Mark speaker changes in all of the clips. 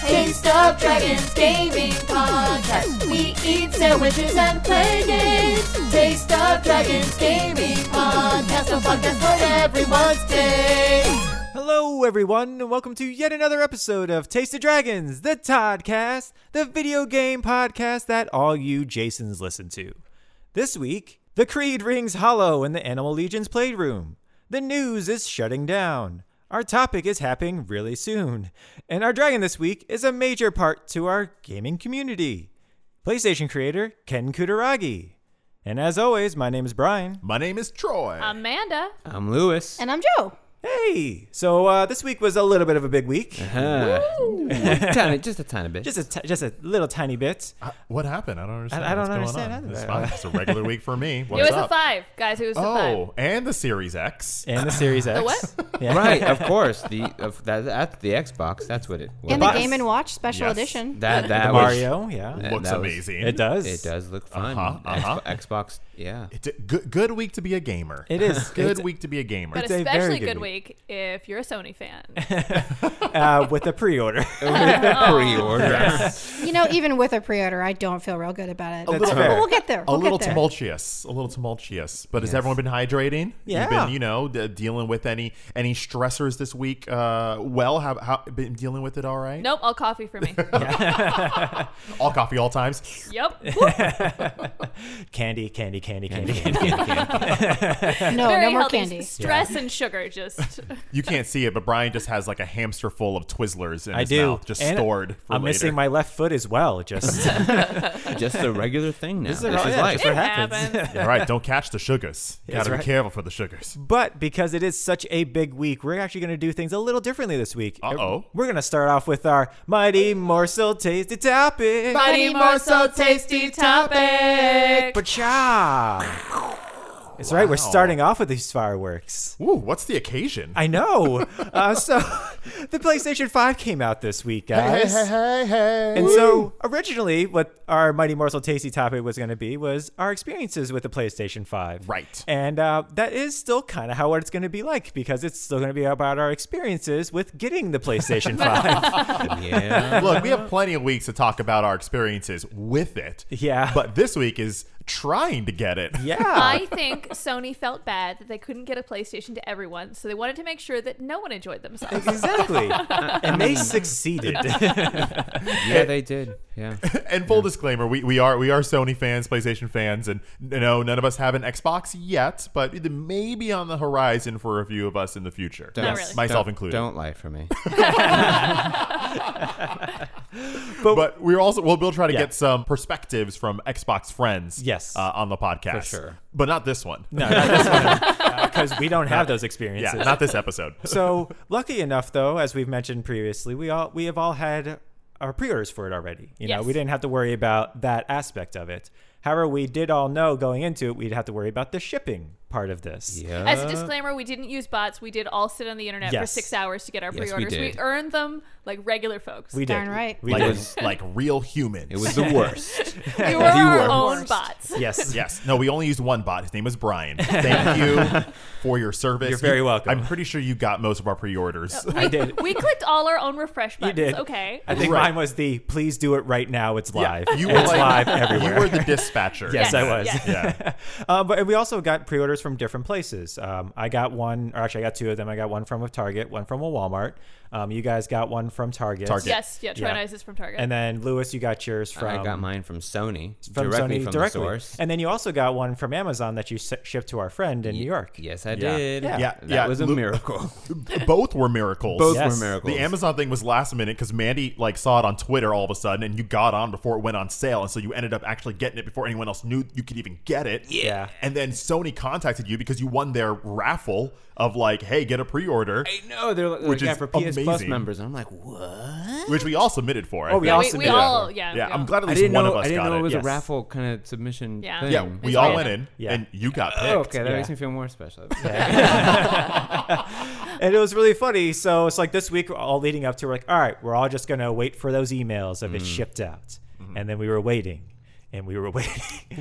Speaker 1: Taste of Dragons Gaming Podcast. We eat sandwiches and play games. Taste of Dragons Gaming Podcast. A podcast for everyone's taste.
Speaker 2: Hello, everyone, and welcome to yet another episode of Taste of Dragons, the Toddcast, the video game podcast that all you Jasons listen to. This week, the Creed rings hollow in the Animal Legion's playroom. The news is shutting down. Our topic is happening really soon. And our dragon this week is a major part to our gaming community. PlayStation creator Ken Kutaragi. And as always, my name is Brian.
Speaker 3: My name is Troy.
Speaker 4: Amanda.
Speaker 5: I'm Lewis.
Speaker 6: And I'm Joe.
Speaker 2: Hey! So uh, this week was a little bit of a big week.
Speaker 5: Uh, tiny, just a tiny bit.
Speaker 2: just a t- just a little tiny bit.
Speaker 3: I- what happened? I don't understand.
Speaker 2: Uh, I- I don't
Speaker 3: What's
Speaker 2: understand
Speaker 3: going on?
Speaker 2: either.
Speaker 3: It's fine. It's a regular week for me.
Speaker 4: it was
Speaker 3: What's up?
Speaker 4: a five, guys. It was a five.
Speaker 3: Oh, and the Series X.
Speaker 2: And the Series X.
Speaker 4: what?
Speaker 2: Yeah.
Speaker 5: right, of course. The of that, that's the Xbox. That's what it. Was.
Speaker 6: And
Speaker 2: Boss.
Speaker 6: the Game and Watch Special
Speaker 3: Yes.
Speaker 6: Edition.
Speaker 5: that that
Speaker 2: The
Speaker 5: was-
Speaker 2: Mario, yeah.
Speaker 5: Yeah.
Speaker 3: Looks
Speaker 5: that was-
Speaker 3: amazing.
Speaker 2: It does.
Speaker 5: It does look fun.
Speaker 3: Uh-huh, uh-huh.
Speaker 5: Xbox, Xbox, yeah.
Speaker 3: It's a good, good week to be a gamer.
Speaker 2: It is.
Speaker 3: good
Speaker 2: It's-
Speaker 3: week to be a gamer.
Speaker 4: But
Speaker 2: It's a very
Speaker 4: especially
Speaker 2: good
Speaker 4: good week if you're a Sony fan.
Speaker 2: Uh, with a pre-order.
Speaker 5: Pre-order.
Speaker 6: You know, even with a pre-order, I don't feel real good about it.
Speaker 3: A little-
Speaker 6: But we'll get there.
Speaker 3: a
Speaker 6: We'll
Speaker 3: little
Speaker 6: get there.
Speaker 3: tumultuous. A little tumultuous. But has everyone been hydrating? You've
Speaker 2: Yeah.
Speaker 3: been, you know, d- dealing with any any stressors this week. Uh, well, have, how been dealing with it all right?
Speaker 4: nope, all coffee for me.
Speaker 3: All coffee, all times.
Speaker 4: yep.
Speaker 6: Oh,
Speaker 2: candy, candy, candy, candy, candy.
Speaker 6: No,
Speaker 4: Very
Speaker 6: no more
Speaker 4: healthy.
Speaker 6: candy.
Speaker 4: Stress and sugar just.
Speaker 3: You can't see it, but Brian just has like a hamster full of Twizzlers in
Speaker 2: I
Speaker 3: his
Speaker 2: do.
Speaker 3: mouth, just
Speaker 2: And
Speaker 3: stored for
Speaker 2: I'm
Speaker 3: later.
Speaker 2: missing my left foot as well. Just
Speaker 5: just a regular thing now. This is,
Speaker 2: yeah,
Speaker 5: life.
Speaker 2: just what
Speaker 4: It
Speaker 2: happens.
Speaker 4: happens.
Speaker 3: All right, don't catch the sugars. Gotta
Speaker 2: right.
Speaker 3: be careful for the sugars.
Speaker 2: But because it is such a big week, we're actually going to do things a little differently this week. Uh,
Speaker 3: Uh-oh.
Speaker 2: We're going to start off with our mighty morsel tasty topic.
Speaker 1: Mighty morsel tasty topic.
Speaker 2: Pacha. It's right. We're
Speaker 3: Wow.
Speaker 2: starting off with these fireworks.
Speaker 3: Ooh, what's the occasion?
Speaker 2: I know. uh, so the PlayStation 5 came out this week, guys.
Speaker 3: hey, hey.
Speaker 2: And so originally, what our Mighty Morsel Tasty topic was going to be was our experiences with the PlayStation 5.
Speaker 3: Right.
Speaker 2: And uh, that is still kind of how it's going to be like because it's still going to be about our experiences with getting the PlayStation 5.
Speaker 5: Yeah.
Speaker 3: Look, we have plenty of weeks to talk about our experiences with it.
Speaker 2: Yeah.
Speaker 3: But this week is trying to get it.
Speaker 2: yeah.
Speaker 4: I think Sony felt bad that they couldn't get a PlayStation to everyone, so they wanted to make sure that no one enjoyed themselves.
Speaker 2: Exactly. and they succeeded.
Speaker 5: yeah, they did. Yeah.
Speaker 3: And full disclaimer, we, we are we are Sony fans, PlayStation fans, and you know, none of us have an Xbox yet, but it may be on the horizon for a few of us in the future.
Speaker 5: Don't-
Speaker 4: Not really.
Speaker 3: Myself
Speaker 5: don't-
Speaker 3: included.
Speaker 5: Don't lie for me.
Speaker 3: But we're also we'll, we'll try to
Speaker 2: Yeah.
Speaker 3: get some perspectives from Xbox friends
Speaker 2: Yes.
Speaker 3: uh, on the podcast.
Speaker 5: sure.
Speaker 3: But not this one.
Speaker 2: no, not this one. Because Uh, we don't have those experiences.
Speaker 3: Yeah, not this episode.
Speaker 2: so lucky enough though as we've mentioned previously we all we have all had our pre-orders for it already you know
Speaker 4: Yes.
Speaker 2: we didn't have to worry about that aspect of it however we did all know going into it we'd have to worry about the shipping part of this
Speaker 5: Yeah.
Speaker 4: As a disclaimer, we didn't use bots. We did all sit on the internet for
Speaker 2: Uh, Yes.
Speaker 4: six hours to get our
Speaker 5: Yes, we
Speaker 4: pre-orders.
Speaker 5: did.
Speaker 4: earned them like regular folks.
Speaker 2: we did
Speaker 6: Darn right.
Speaker 2: we
Speaker 3: like,
Speaker 2: did
Speaker 3: like real humans.
Speaker 5: it was the worst.
Speaker 4: We were our
Speaker 5: were.
Speaker 4: own bots.
Speaker 2: yes
Speaker 3: Yes. No, we only used one bot. His name was Brian. Thank you for your service.
Speaker 2: You're very
Speaker 3: You-
Speaker 2: welcome.
Speaker 3: I'm pretty sure you got most of our pre-orders.
Speaker 2: i did
Speaker 4: We clicked all our own refresh
Speaker 2: you
Speaker 4: buttons.
Speaker 2: did
Speaker 4: Okay.
Speaker 2: i think
Speaker 3: Right.
Speaker 2: mine was the please do it right now it's live
Speaker 3: You were
Speaker 2: it's
Speaker 3: like,
Speaker 2: live everywhere
Speaker 3: You were the dispatcher.
Speaker 2: Yes,
Speaker 4: Yes,
Speaker 2: I was.
Speaker 4: yes.
Speaker 3: Yeah.
Speaker 2: Uh, but we also got pre-orders from different places. Um, I got one, or actually, I got two of them. I got one from a Target, one from a Walmart. Um, you guys got one from Target.
Speaker 3: Target.
Speaker 4: Yes, yeah, Troy
Speaker 2: Yeah.
Speaker 4: and Isis from Target.
Speaker 2: And then Lewis, you got yours from
Speaker 5: I got mine from Sony
Speaker 2: Um, from
Speaker 5: directly
Speaker 2: Sony
Speaker 5: from
Speaker 2: directly.
Speaker 5: the source.
Speaker 2: And then you also got one from Amazon that you s- shipped to our friend in New York.
Speaker 5: yes, I
Speaker 3: Yeah.
Speaker 5: did.
Speaker 2: Yeah.
Speaker 3: Yeah,
Speaker 5: That
Speaker 3: yeah.
Speaker 5: was a
Speaker 3: Lu-
Speaker 5: miracle.
Speaker 3: Both were miracles.
Speaker 5: Both
Speaker 2: Yes.
Speaker 5: were miracles.
Speaker 3: The Amazon thing was last minute because Mandy like saw it on Twitter all of a sudden, and you got on before it went on sale, and so you ended up actually getting it before anyone else knew you could even get it.
Speaker 2: Yeah.
Speaker 3: And then Sony contacted you because you won their raffle of like, hey, get a pre-order,
Speaker 5: I know they're like,
Speaker 3: Which
Speaker 5: yeah,
Speaker 3: is
Speaker 5: for PS Plus
Speaker 3: amazing.
Speaker 5: members. And I'm like, what?
Speaker 3: which we all submitted for. I
Speaker 2: Oh, we
Speaker 3: think.
Speaker 2: all
Speaker 4: we, we
Speaker 2: Yeah.
Speaker 4: all, yeah.
Speaker 3: Yeah,
Speaker 4: we
Speaker 3: I'm
Speaker 4: all-
Speaker 3: glad at
Speaker 5: I
Speaker 3: least
Speaker 5: didn't
Speaker 3: one
Speaker 5: know.
Speaker 3: of us
Speaker 5: I didn't
Speaker 3: got
Speaker 5: know it was
Speaker 3: yes.
Speaker 5: a raffle kind of submission
Speaker 4: Yeah.
Speaker 5: thing.
Speaker 3: Yeah, we
Speaker 4: It's
Speaker 3: all
Speaker 4: random.
Speaker 3: went in,
Speaker 2: Yeah.
Speaker 3: and you got picked.
Speaker 5: Oh, okay, that
Speaker 2: Yeah.
Speaker 5: makes me feel more special.
Speaker 2: And it was really funny. So it's like this week, all leading up to, we're like, all right, we're all just going to wait for those emails if
Speaker 5: Mm.
Speaker 2: it's shipped out.
Speaker 5: Mm-hmm.
Speaker 2: And then we were waiting. And we were waiting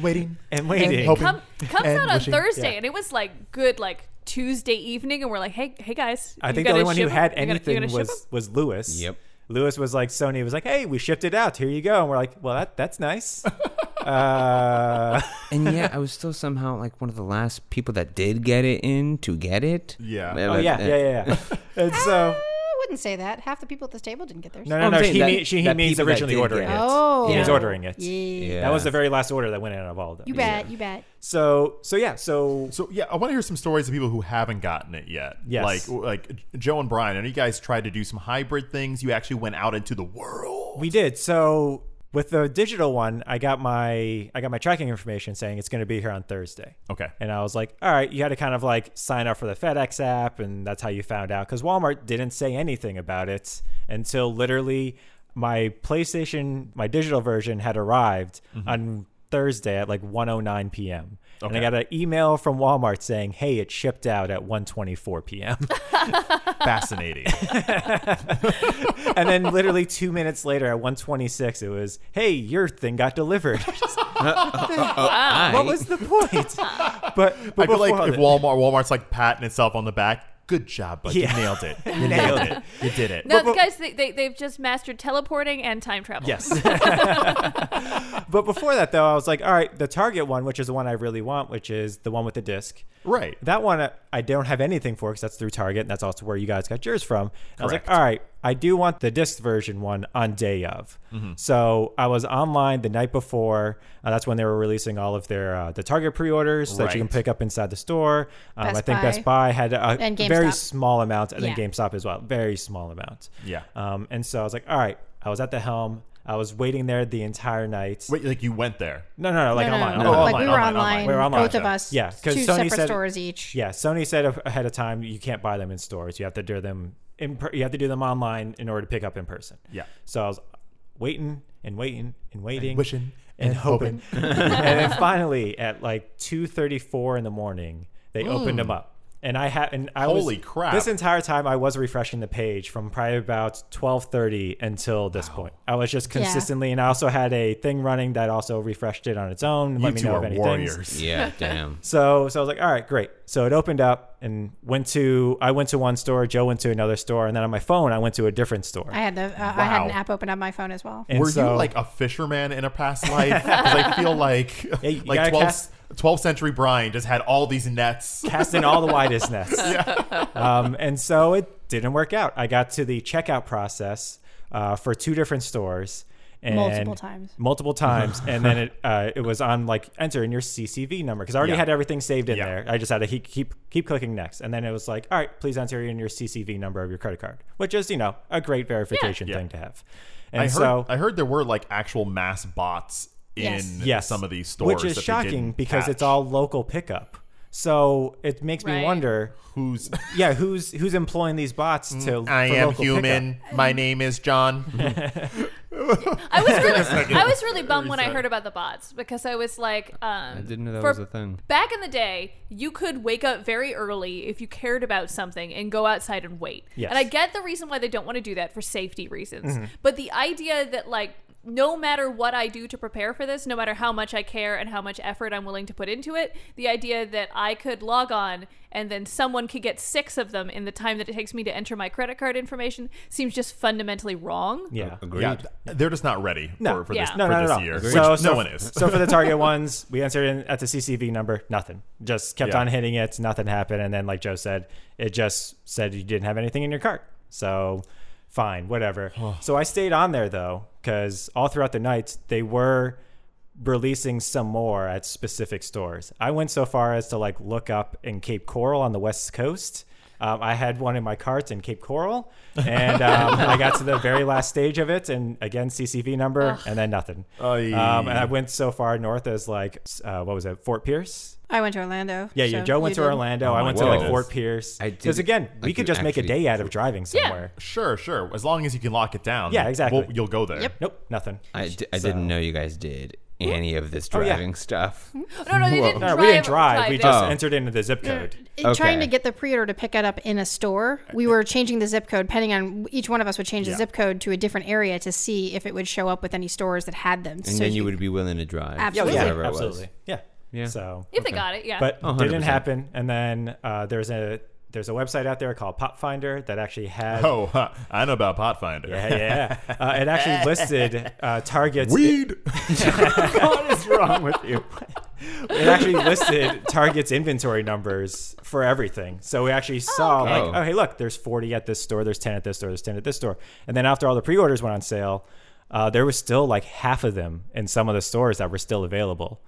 Speaker 3: Waiting.
Speaker 2: and waiting.
Speaker 3: hoping.
Speaker 4: Come, comes
Speaker 3: And
Speaker 4: out on
Speaker 3: wishing-
Speaker 4: Thursday,
Speaker 2: yeah.
Speaker 4: and it was like good, like Tuesday evening, and we're like, hey, hey guys.
Speaker 2: I
Speaker 4: you
Speaker 2: think the
Speaker 4: gotta
Speaker 2: only one who
Speaker 4: ship-
Speaker 2: had
Speaker 4: you gotta- you
Speaker 2: anything
Speaker 4: gotta ship
Speaker 2: was was Lewis.
Speaker 5: Yep.
Speaker 2: Lewis was like, Sony was like, hey, we shipped it out. Here you go. And we're like, well, that that's nice. uh,
Speaker 5: and yet I was still somehow like one of the last people that did get it in to get it.
Speaker 3: Yeah.
Speaker 5: But-
Speaker 2: oh, yeah,
Speaker 5: uh,
Speaker 2: yeah, yeah. yeah. and so,
Speaker 6: I wouldn't say that. Half the people at this table didn't get theirs.
Speaker 2: no,
Speaker 5: Oh,
Speaker 2: no,
Speaker 5: I'm
Speaker 2: no.
Speaker 5: saying
Speaker 2: He,
Speaker 5: that-
Speaker 2: mean- she, he
Speaker 5: that
Speaker 2: means
Speaker 5: people that
Speaker 2: originally
Speaker 5: did
Speaker 2: ordering
Speaker 5: get
Speaker 2: it.
Speaker 5: it.
Speaker 6: Oh.
Speaker 2: He was
Speaker 5: Yeah.
Speaker 2: ordering it.
Speaker 6: Yeah.
Speaker 2: That was the very last order that went in out of all of them.
Speaker 6: You bet. You bet.
Speaker 2: So, so yeah, so
Speaker 3: So yeah, I want to hear some stories of people who haven't gotten it yet.
Speaker 2: Yes.
Speaker 3: like like Joe and Brian. I know you guys tried to do some hybrid things. You actually went out into the world.
Speaker 2: We did. So with the digital one, I got my I got my tracking information saying it's going to be here on Thursday.
Speaker 3: Okay.
Speaker 2: And I was like, all right, you had to kind of like sign up for the FedEx app, and that's how you found out because Walmart didn't say anything about it until literally my PlayStation, my digital version had arrived on Thursday at like 1:09 p.m. And I got an email from Walmart saying, "Hey, it shipped out at 1:24 p.m."
Speaker 3: Fascinating.
Speaker 2: and then literally two minutes later, at 1:26, it was, "Hey, your thing got delivered."
Speaker 5: I,
Speaker 2: what was the point? but, but
Speaker 3: I feel like
Speaker 2: before
Speaker 3: if
Speaker 2: that-
Speaker 3: Walmart Walmart's like patting itself on the back. Good job, bud.
Speaker 2: Yeah.
Speaker 3: You nailed it. You nailed it. You did it.
Speaker 4: No, the guys, they, they, they've just mastered teleporting and time travel.
Speaker 2: Yes. but before that, though, I was like, all right, the Target one, which is the one I really want, which is the one with the disc.
Speaker 3: Right.
Speaker 2: That one uh, I don't have anything for because that's through Target, and that's also where you guys got yours from. And I was like,
Speaker 3: Correct.
Speaker 2: all right, I do want the disc version one on day of.
Speaker 3: Mm-hmm.
Speaker 2: So I was online the night before. Uh, that's when they were releasing all of their uh, the Target pre-orders that you can
Speaker 3: Right.
Speaker 2: pick up inside the store. Um,
Speaker 6: Best
Speaker 2: I think
Speaker 6: Buy.
Speaker 2: Best Buy had a
Speaker 6: And
Speaker 2: very
Speaker 6: GameStop.
Speaker 2: small amount, and
Speaker 6: Yeah.
Speaker 2: then GameStop as well, very small amount.
Speaker 3: Yeah.
Speaker 2: Um, and so I was like, all right, I was at the helm. I was waiting there the entire night.
Speaker 3: Wait, like you went there.
Speaker 2: No, no, no, like
Speaker 6: no, no,
Speaker 2: online.
Speaker 6: no,
Speaker 2: online.
Speaker 6: no.
Speaker 3: Oh,
Speaker 6: like we
Speaker 3: online,
Speaker 6: were
Speaker 3: online,
Speaker 6: online,
Speaker 3: online.
Speaker 2: We were online.
Speaker 6: both of us.
Speaker 2: Yeah, 'cause
Speaker 6: two
Speaker 2: Sony
Speaker 6: separate
Speaker 2: said-
Speaker 6: stores each.
Speaker 2: Yeah, Sony said a- ahead of time you can't buy them in stores. You have to do them in per- you have to do them online in order to pick up in person.
Speaker 3: Yeah.
Speaker 2: So I was waiting and waiting and waiting,
Speaker 3: Wishing
Speaker 2: and hoping, and then finally at like two thirty four in the morning they opened them up. And I had, and I was-
Speaker 3: Holy crap.
Speaker 2: This entire time, I was refreshing the page from probably about twelve thirty until this point. I was just consistently, and I also had a thing running that also refreshed it on its own.
Speaker 3: You
Speaker 2: let me
Speaker 3: two
Speaker 2: know if
Speaker 3: are
Speaker 2: anything.
Speaker 3: warriors.
Speaker 5: Yeah, damn.
Speaker 2: So so I was like, all right, great. So it opened up and went to I went to one store, Joe went to another store, and then on my phone I went to a different store.
Speaker 6: I had the uh, I had an
Speaker 3: Wow.
Speaker 6: app open on my phone as well.
Speaker 2: and
Speaker 3: Were
Speaker 2: so-
Speaker 3: you like a fisherman in a past life? 'Cause I feel like
Speaker 2: you
Speaker 3: like
Speaker 2: gotta
Speaker 3: 12th,
Speaker 2: cast-
Speaker 3: 12th century Brian just had all these nets.
Speaker 2: casting all the widest nets. Um, and so it didn't work out. I got to the checkout process uh, for two different stores. And
Speaker 6: Multiple times.
Speaker 2: Multiple times. and then it uh, it was on like enter in your CCV number because I already
Speaker 3: Yeah.
Speaker 2: had everything saved in
Speaker 3: Yeah.
Speaker 2: there. I just had to he- keep keep clicking next. And then it was like, all right, please enter in your CCV number of your credit card, which is, you know, a great verification
Speaker 3: Yeah.
Speaker 2: thing to have. And
Speaker 3: I heard,
Speaker 2: so
Speaker 3: I heard there were like actual mass bots in
Speaker 6: Yes.
Speaker 2: yes,
Speaker 3: some of these stores,
Speaker 2: Which is
Speaker 3: that they
Speaker 2: shocking
Speaker 3: didn't
Speaker 2: because it's
Speaker 3: catch.
Speaker 2: all local pickup. So it makes me
Speaker 4: Right.
Speaker 2: wonder
Speaker 3: who's.
Speaker 2: yeah, who's who's employing these bots to?
Speaker 3: Mm, I
Speaker 2: for
Speaker 3: am
Speaker 2: local
Speaker 3: human. My
Speaker 6: Mm-hmm.
Speaker 3: name is John.
Speaker 4: I was really, I was really bummed when I heard about the bots because I was like, um, I
Speaker 5: didn't know that was a thing.
Speaker 4: Back in the day, you could wake up very early if you cared about something and go outside and wait.
Speaker 2: Yes. Mm-hmm.
Speaker 4: And I get the reason why they don't want to do that for safety reasons, but the idea that like. No matter what I do to prepare for this, no matter how much I care and how much effort I'm willing to put into it, the idea that I could log on and then someone could get six of them in the time that it takes me to enter my credit card information seems just fundamentally wrong.
Speaker 2: pickup. Yeah.
Speaker 5: Agreed.
Speaker 3: yeah, th- they're just not ready
Speaker 2: No.
Speaker 3: for, for
Speaker 4: Yeah.
Speaker 3: this,
Speaker 2: No,
Speaker 3: for
Speaker 2: no,
Speaker 3: this
Speaker 2: no,
Speaker 3: year.
Speaker 2: no.
Speaker 3: which
Speaker 2: So,
Speaker 3: no
Speaker 2: so-
Speaker 3: one is.
Speaker 2: so for the target ones, we entered in at the CCV number, nothing. Just kept
Speaker 3: Yeah.
Speaker 2: on hitting it, nothing happened, and then like Joe said, it just said you didn't have anything in your cart. So, fine, whatever. so I stayed on there though, because all throughout the night they were releasing some more at specific stores. I went so far as to like look up in Cape Coral on the west coast. Um, I had one in my cart in Cape Coral, and um, I got to the very last stage of it, and again CCV number, and then nothing.
Speaker 3: Aye.
Speaker 2: Um, and I went so far north as like uh, what was it, Fort Pierce?
Speaker 6: I went to Orlando.
Speaker 2: Yeah, yeah.
Speaker 6: so
Speaker 2: Joe went
Speaker 6: you
Speaker 2: to
Speaker 6: did.
Speaker 2: Orlando. I
Speaker 3: my
Speaker 2: went to like
Speaker 5: Oh, goodness.
Speaker 2: Fort Pierce.
Speaker 5: I
Speaker 2: Because
Speaker 5: didn't-
Speaker 2: again,
Speaker 5: like,
Speaker 2: we could
Speaker 5: you
Speaker 2: just make a
Speaker 5: actually-
Speaker 2: day out of driving
Speaker 4: Yeah.
Speaker 2: somewhere.
Speaker 3: Sure, sure. As long as you can lock it down.
Speaker 2: Yeah, exactly.
Speaker 3: Well, you'll go there.
Speaker 6: Yep.
Speaker 2: Nope, nothing.
Speaker 5: I, d- I didn't know you guys did any of this
Speaker 2: yeah.
Speaker 5: driving stuff.
Speaker 6: Mm-hmm.
Speaker 4: No, no, they
Speaker 5: Whoa.
Speaker 4: didn't
Speaker 2: No,
Speaker 4: drive.
Speaker 2: we didn't drive. We
Speaker 4: they-
Speaker 2: just
Speaker 5: Oh.
Speaker 2: entered into the zip code.
Speaker 6: In Trying
Speaker 5: Okay.
Speaker 6: to get the pre-order to pick it up in a store, we were changing the zip code. Depending on each one of us would change
Speaker 3: Yeah.
Speaker 6: the zip code to a different area to see if it would show up with any stores that had them.
Speaker 5: And then you would be willing to drive.
Speaker 6: Absolutely.
Speaker 5: to
Speaker 6: Yeah,
Speaker 5: wherever it was.
Speaker 2: absolutely. Yeah.
Speaker 5: Yeah.
Speaker 2: So
Speaker 4: If they got it, yeah.
Speaker 2: but didn't
Speaker 5: 100%.
Speaker 2: happen. And then uh, there's a There's a website out there called Pop Finder that actually has.
Speaker 3: Oh, huh, I know about Potfinder.
Speaker 2: Yeah, yeah. Uh, it actually listed uh, targets.
Speaker 3: Weed.
Speaker 2: what is wrong with you? It actually listed Target's inventory numbers for everything. So we actually saw,
Speaker 5: okay.
Speaker 2: like, oh, hey, look, there's 40 at this store, there's 10 at this store, there's 10 at this store. And then after all the pre orders went on sale, uh, there was still like half of them in some of the stores that were still available.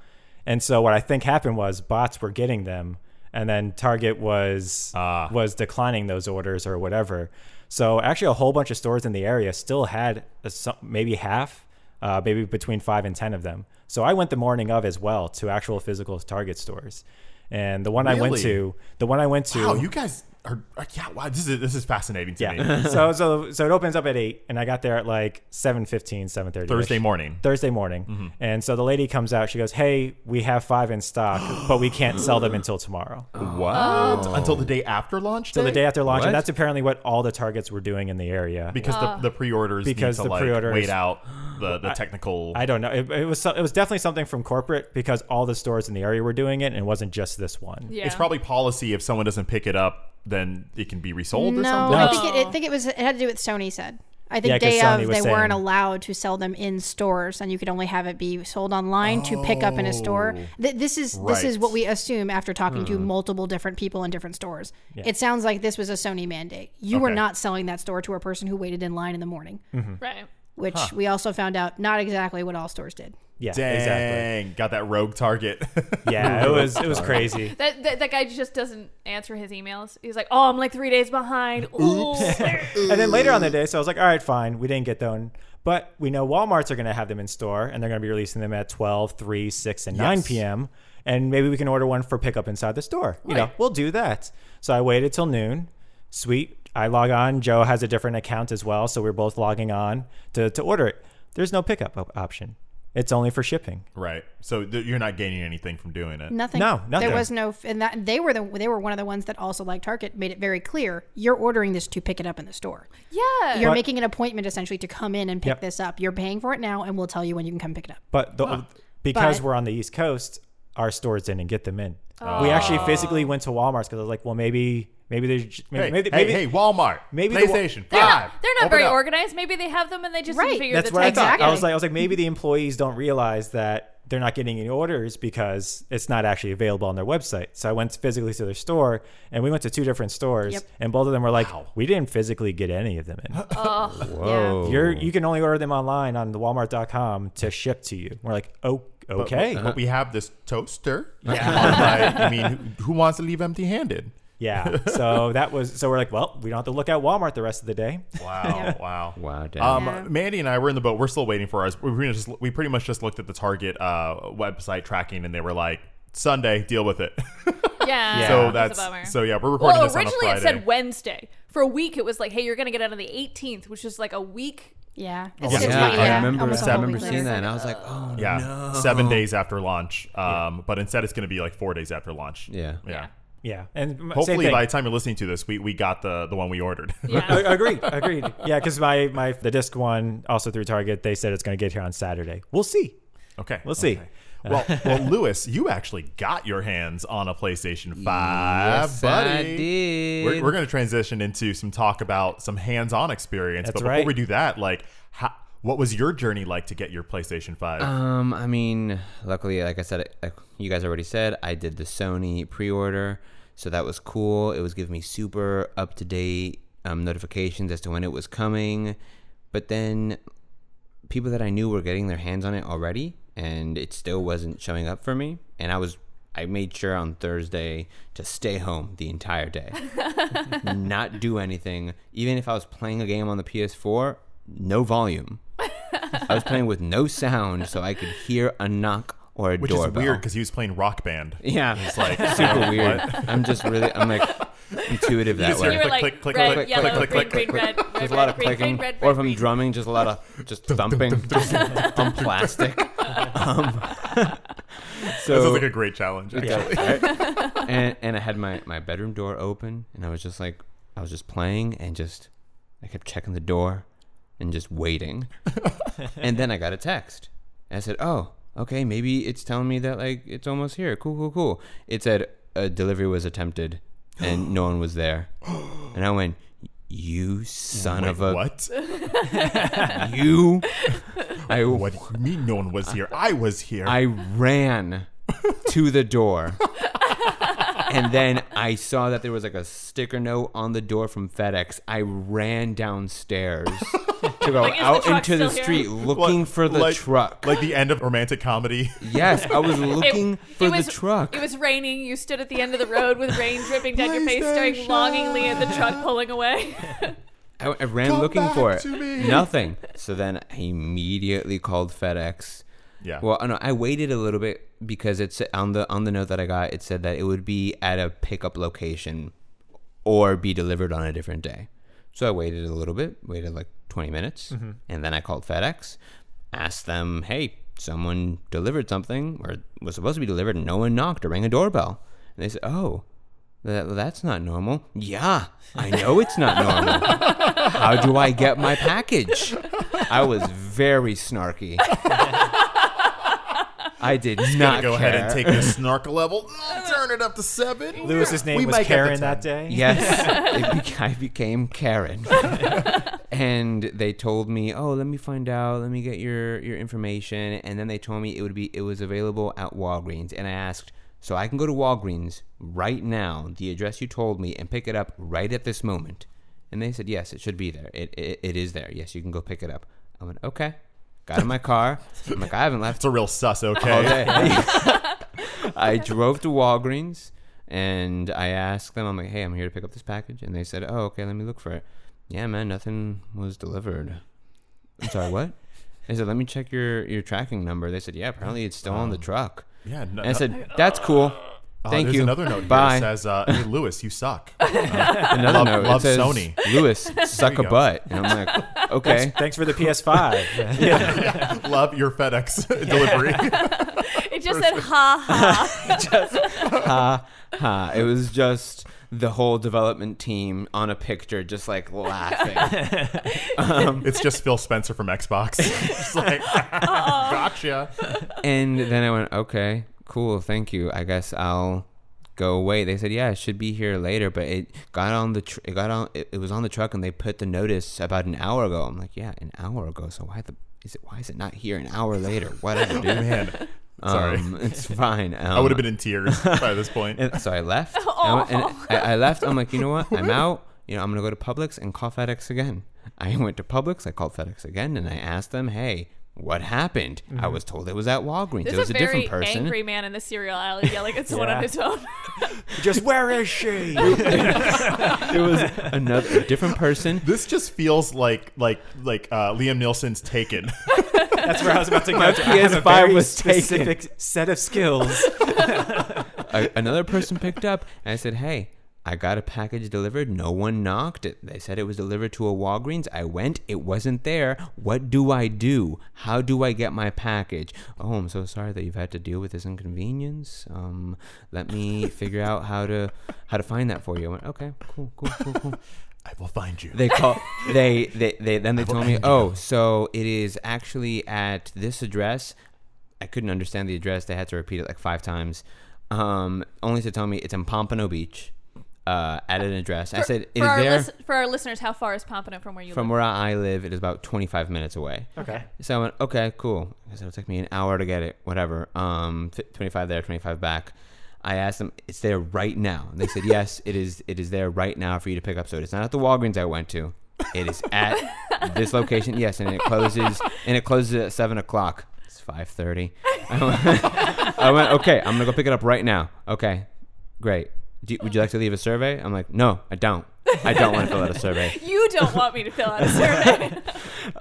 Speaker 2: And so what I think happened was bots were getting them, and then Target was
Speaker 3: Ah.
Speaker 2: was declining those orders or whatever. So actually, a whole bunch of stores in the area still had a, some- maybe half, uh, maybe between five and ten of them. So I went the morning of as well to actual physical Target stores, and the one I went
Speaker 3: Really?
Speaker 2: to, the one I went to,
Speaker 3: Wow, you guys are. uh, Yeah, wow. This is this is fascinating to
Speaker 2: yeah.
Speaker 3: me.
Speaker 2: so so so it opens up at eight, and I got there at like 7.15, 7.30.
Speaker 3: Thursday Mm-hmm. morning.
Speaker 2: Thursday morning. And so the lady comes out. She goes, "Hey, we have five in stock, but we can't sell them until tomorrow."
Speaker 3: What?
Speaker 5: Oh,
Speaker 3: Until the day after launch.
Speaker 2: So Oh. the day after launch, and
Speaker 5: What?
Speaker 2: that's apparently what all the targets were doing in the area.
Speaker 3: Because
Speaker 4: Uh.
Speaker 3: the, the pre-orders
Speaker 2: Because
Speaker 3: need
Speaker 2: the
Speaker 3: to like
Speaker 2: pre-orders-
Speaker 3: wait out the, the technical.
Speaker 2: I don't know. It, it was so- it was definitely something from corporate because all the stores in the area were doing it, and it wasn't just this one.
Speaker 4: Yeah.
Speaker 3: It's probably policy if someone doesn't pick it up, then it can be resold or
Speaker 6: No,
Speaker 3: something.
Speaker 6: I think it, I think it was. It had to do with Sony said. I think
Speaker 2: Yeah, 'cause
Speaker 6: day
Speaker 2: Sony
Speaker 6: of
Speaker 2: was
Speaker 6: they
Speaker 2: saying-
Speaker 6: weren't allowed to sell them in stores, and you could only have it be sold online to pick up in a store. Th- this is this is
Speaker 3: Right.
Speaker 6: what we assume after talking to multiple different people in different stores. It sounds like this was a Sony mandate. You were
Speaker 3: Okay.
Speaker 6: not selling that store to a person who waited in line in the morning,
Speaker 4: Right.
Speaker 6: which we also found out not exactly what all stores did.
Speaker 2: Yeah,
Speaker 3: Dang,
Speaker 2: exactly.
Speaker 3: got that rogue target.
Speaker 2: Yeah, it was it was crazy.
Speaker 4: That, that that guy just doesn't answer his emails. He's like, "Oh, I'm like three days behind." Ooh.
Speaker 2: And then later on the day, so I was like, all right, fine, we didn't get them. But we know Walmarts are going to have them in store and they're going to be releasing them at 12, 3, 6, and 9 p.m. And maybe we can order one for pickup inside the store. You know,
Speaker 4: Right.
Speaker 2: we'll do that. So I waited till noon. Sweet. I log on. Joe has a different account as well. So we're both logging on to, to order it. There's no pickup op- option, it's only for shipping.
Speaker 3: right. So th- you're not gaining anything from doing it.
Speaker 6: Nothing.
Speaker 2: No, nothing.
Speaker 6: There was no, and that they were the they were one of the ones that also like Target made it very clear you're ordering this to pick it up in the store.
Speaker 4: yeah.
Speaker 6: You're
Speaker 2: But-
Speaker 6: making an appointment essentially to come in and pick
Speaker 2: Yep.
Speaker 6: this up. You're paying for it now, and we'll tell you when you can come pick it up.
Speaker 2: But the, because
Speaker 6: But-
Speaker 2: we're on the East Coast, our stores didn't get them in. We actually
Speaker 3: Oh.
Speaker 2: physically went to Walmart's because I was like, well, maybe, maybe there's, j- maybe,
Speaker 3: Hey,
Speaker 2: maybe,
Speaker 3: hey,
Speaker 2: maybe-
Speaker 3: hey, Walmart.
Speaker 2: maybe the wa-
Speaker 3: PlayStation
Speaker 4: They're not,
Speaker 3: 5.
Speaker 4: they're not
Speaker 3: Open
Speaker 4: very
Speaker 3: up.
Speaker 4: organized. Maybe they have them and they just didn't
Speaker 6: Right.
Speaker 4: figure
Speaker 2: That's
Speaker 4: the
Speaker 2: what I
Speaker 4: tech out.
Speaker 2: thought. I was like, I was like, maybe the employees don't realize that they're not getting any orders because it's not actually available on their website. So I went physically to their store, and we went to two different stores,
Speaker 6: Yep.
Speaker 2: and both of them were like, we didn't physically get any of them in.
Speaker 5: Whoa.
Speaker 2: You're
Speaker 3: Oh.
Speaker 2: you can only order them online on the Walmart.com to ship to you. We're like, oh, okay.
Speaker 3: But uh-huh. we have this toaster. Yeah. I mean, who, who wants to leave empty handed?
Speaker 2: Yeah. So that was so we're like, well, we don't have to look at Walmart the rest of the day.
Speaker 3: Wow. Wow.
Speaker 5: Wow, damn.
Speaker 3: Um,
Speaker 6: Yeah.
Speaker 3: Mandy and I were in the boat. We're still waiting for ours. We pretty, just, we pretty much just looked at the Target uh, website tracking and they were like, Sunday, deal with it.
Speaker 4: yeah.
Speaker 2: Yeah.
Speaker 3: so
Speaker 2: a
Speaker 4: That's a bummer.
Speaker 3: that's so yeah, we're recording
Speaker 4: well,
Speaker 3: this on a
Speaker 4: originally
Speaker 3: Friday.
Speaker 4: it said Wednesday. For a week, it was like, "Hey, you're gonna get out on the 18th," which is like a week.
Speaker 6: Yeah,
Speaker 2: Oh,
Speaker 3: yeah.
Speaker 5: yeah,
Speaker 3: It's like,
Speaker 5: I
Speaker 3: yeah,
Speaker 5: remember.
Speaker 6: almost a
Speaker 5: I
Speaker 6: whole
Speaker 5: remember
Speaker 6: week
Speaker 5: seeing
Speaker 6: later.
Speaker 5: that, and I was like, "Oh
Speaker 3: Yeah,
Speaker 5: no!"
Speaker 3: seven days after launch. Um, but instead it's going to be like four days after launch.
Speaker 5: Yeah.
Speaker 3: yeah.
Speaker 2: Yeah. And m- same
Speaker 3: Hopefully
Speaker 2: thing.
Speaker 3: by the time you're listening to this, we we got the the one we ordered.
Speaker 4: Yeah.
Speaker 2: A- agreed. Agreed. Yeah, because my my the disc one also through Target, they said it's going to get here on Saturday. We'll see.
Speaker 3: okay,
Speaker 2: We'll see.
Speaker 3: okay. Well, well, Lewis, you actually got your hands on a PlayStation Five,
Speaker 5: Yes,
Speaker 3: buddy.
Speaker 5: I did.
Speaker 3: We're, we're going to transition into some talk about some hands-on experience,
Speaker 2: That's
Speaker 3: but before
Speaker 2: right.
Speaker 3: we do that, like, how, what was your journey like to get your PlayStation Five?
Speaker 5: Um, I mean, luckily, like I said, like you guys already said, I did the Sony pre-order, so that was cool. It was giving me super up-to-date um, notifications as to when it was coming, but then people that I knew were getting their hands on it already, and it still wasn't showing up for me. And I was, I made sure on Thursday to stay home the entire day, not do anything, even if I was playing a game on the PS4, no volume. I was playing with no sound, so I could hear a knock or a
Speaker 3: Which
Speaker 5: doorbell.
Speaker 3: is weird because he was playing Rock Band.
Speaker 5: yeah, it's like super
Speaker 3: what?
Speaker 5: weird. I'm just really, I'm like intuitive that
Speaker 3: just
Speaker 5: way.
Speaker 3: hear
Speaker 4: You were
Speaker 3: Click,
Speaker 4: like
Speaker 3: click, click,
Speaker 4: red,
Speaker 3: click,
Speaker 4: yellow,
Speaker 3: click, click,
Speaker 4: green, green, red, red,
Speaker 5: There's a
Speaker 4: red,
Speaker 5: lot of
Speaker 4: green,
Speaker 5: clicking,
Speaker 4: green, red,
Speaker 5: or if
Speaker 4: red,
Speaker 5: I'm
Speaker 4: green.
Speaker 5: drumming, just a lot of just thumping on plastic. Um,
Speaker 3: This is
Speaker 5: so
Speaker 3: like a great challenge. Actually.
Speaker 5: and and I had my my bedroom door open, and I was just like, I was just playing, and just I kept checking the door, and just waiting, and then I got a text. And I said, oh, okay, maybe it's telling me that like it's almost here. Cool, cool, cool. It said a delivery was attempted. and no one was there. And I went, "You son
Speaker 3: Wait,
Speaker 5: of a
Speaker 3: what?
Speaker 5: you!" I
Speaker 3: What do you mean no one was here? I was here.
Speaker 5: I ran to the door. and then I saw that there was like a sticker note on the door from FedEx. I ran downstairs to go
Speaker 4: is the
Speaker 5: out
Speaker 4: truck
Speaker 5: into the
Speaker 4: still here?
Speaker 5: street
Speaker 3: Like-
Speaker 5: looking for the
Speaker 3: like-
Speaker 5: truck.
Speaker 3: Like the end of romantic comedy.
Speaker 5: yes, I was looking for the
Speaker 4: was,
Speaker 5: truck.
Speaker 4: It was raining. You stood at the end of the road with rain dripping down your face,
Speaker 3: Please
Speaker 4: staring
Speaker 3: don't
Speaker 4: longingly at the truck pulling away.
Speaker 5: I, I ran
Speaker 3: Come
Speaker 5: looking
Speaker 3: back
Speaker 5: for it.
Speaker 3: to me.
Speaker 5: Nothing. So then I immediately called FedEx.
Speaker 3: Yeah.
Speaker 5: Well, no, I waited a little bit because it's on the on the note that I got. It said that it would be at a pickup location, or be delivered on a different day. So I waited a little bit, waited like twenty minutes, and then I called FedEx, asked them, "Hey, someone delivered something, or was supposed to be delivered, and no one knocked or rang a doorbell." And they said, "Oh." That, that's not normal. Yeah, I know it's not normal. How do I get my package? I was very snarky. I did not
Speaker 3: Go
Speaker 5: care.
Speaker 3: ahead and take the snark level. Turn it up to seven.
Speaker 2: Lewis's name
Speaker 3: We
Speaker 2: was
Speaker 3: might get the
Speaker 2: Karen
Speaker 3: ten.
Speaker 2: that day.
Speaker 5: Yes, it be- I became Karen, and they told me, "Oh, let me find out. Let me get your your information." And then they told me it would be it was available at Walgreens, and I asked, "So I can go to Walgreens right now, the address you told me, and pick it up right at this moment?" And they said, "Yes, it should be there. It it, it is there. Yes, you can go pick it up." I went, "Okay." Got in my car. I'm like, I haven't left
Speaker 3: It's a real sus,
Speaker 5: all
Speaker 3: okay?
Speaker 5: day. I drove to Walgreens and I asked them, I'm like, hey, I'm here to pick up this package. And they said, oh, okay, let me look for it. Yeah, man, nothing was delivered. I'm sorry, what? They said, let me check your, your tracking number. They said, yeah, apparently it's still on the truck.
Speaker 3: Yeah, no-
Speaker 5: and I said, that's cool.
Speaker 3: Uh,
Speaker 5: Thank
Speaker 3: there's
Speaker 5: you.
Speaker 3: another note here
Speaker 5: Bye.
Speaker 3: that says, uh, hey, Lewis, you suck. Uh,
Speaker 5: another
Speaker 3: love-
Speaker 5: note. It
Speaker 3: love
Speaker 5: says,
Speaker 3: Sony.
Speaker 5: Lewis, suck
Speaker 3: you
Speaker 5: a
Speaker 3: go.
Speaker 5: butt. And I'm like, okay.
Speaker 2: Thanks for the PS5. Yeah.
Speaker 3: love your FedEx delivery.
Speaker 4: It just said ha ha.
Speaker 5: Uh, it was just the whole development team on a picture, just like laughing.
Speaker 3: it's just Phil Spencer from Xbox. It's like, gotcha.
Speaker 5: and then I went, okay, cool, thank you. I guess I'll go away. They said, yeah, it should be here later, but it got on the tr- it got on it, it was on the truck, and they put the notice about an hour ago. I'm like, yeah, an hour ago. So why the is it why is it not here an hour later? Whatever, dude.
Speaker 3: Man, sorry.
Speaker 5: Um, it's fine. Um,
Speaker 3: I would have been in tears by this point.
Speaker 5: And so I left. And I, and
Speaker 3: Oh.
Speaker 5: I- I left. I'm like, you know what? I'm out. You know, I'm gonna go to Publix and call FedEx again. I went to Publix. I called FedEx again, and I asked them, "Hey, what happened?"
Speaker 3: Mm-hmm.
Speaker 5: I was told it was at Walgreens.
Speaker 4: There's
Speaker 5: it was
Speaker 4: a
Speaker 5: a,
Speaker 4: very
Speaker 5: different person.
Speaker 4: angry man in the cereal aisle yelling at someone
Speaker 2: Yeah.
Speaker 4: on his phone.
Speaker 2: Just where is she?
Speaker 5: it was another a different person.
Speaker 3: This just feels like like like uh, Liam Nielsen's Taken.
Speaker 2: That's where I was about to go. My
Speaker 5: PS5 was taken.
Speaker 2: specific set of skills.
Speaker 5: A, another person picked up, and I said, "Hey." I got a package delivered. No one knocked it. They said it was delivered to a Walgreens. I went. It wasn't there. What do I do? How do I get my package? Oh, I'm so sorry that you've had to deal with this inconvenience. Um, let me figure out how to how to find that for you. I went, okay, cool, cool, cool, cool.
Speaker 3: I will find you.
Speaker 5: they call they, they they then they told me oh so it is actually at this address i couldn't understand the address they had to repeat it like five times um only to tell me it's in pompano beach uh at an address i said it
Speaker 4: for,
Speaker 5: is
Speaker 4: our
Speaker 5: there
Speaker 4: lis- for our listeners, how far is Pompano from where you
Speaker 5: from
Speaker 4: live?
Speaker 5: where i live it is about 25 minutes away
Speaker 2: Okay.
Speaker 5: so I went, okay, cool. I said it'll take me an hour to get it, whatever. Um, fi- 25 there, 25 back. I asked them, it's there right now. And they said, yes, it is. It is there right now for you to pick up. So it's not at the Walgreens I went to. It is at this location. Yes, and it closes. And it closes at seven o'clock. It's 5:30. I went, I went, okay, I'm gonna go pick it up right now. Okay, great. Do, you- would you like to leave a survey? I'm like, no, I don't. I don't want to fill out a survey.
Speaker 4: You don't want me to fill out a survey.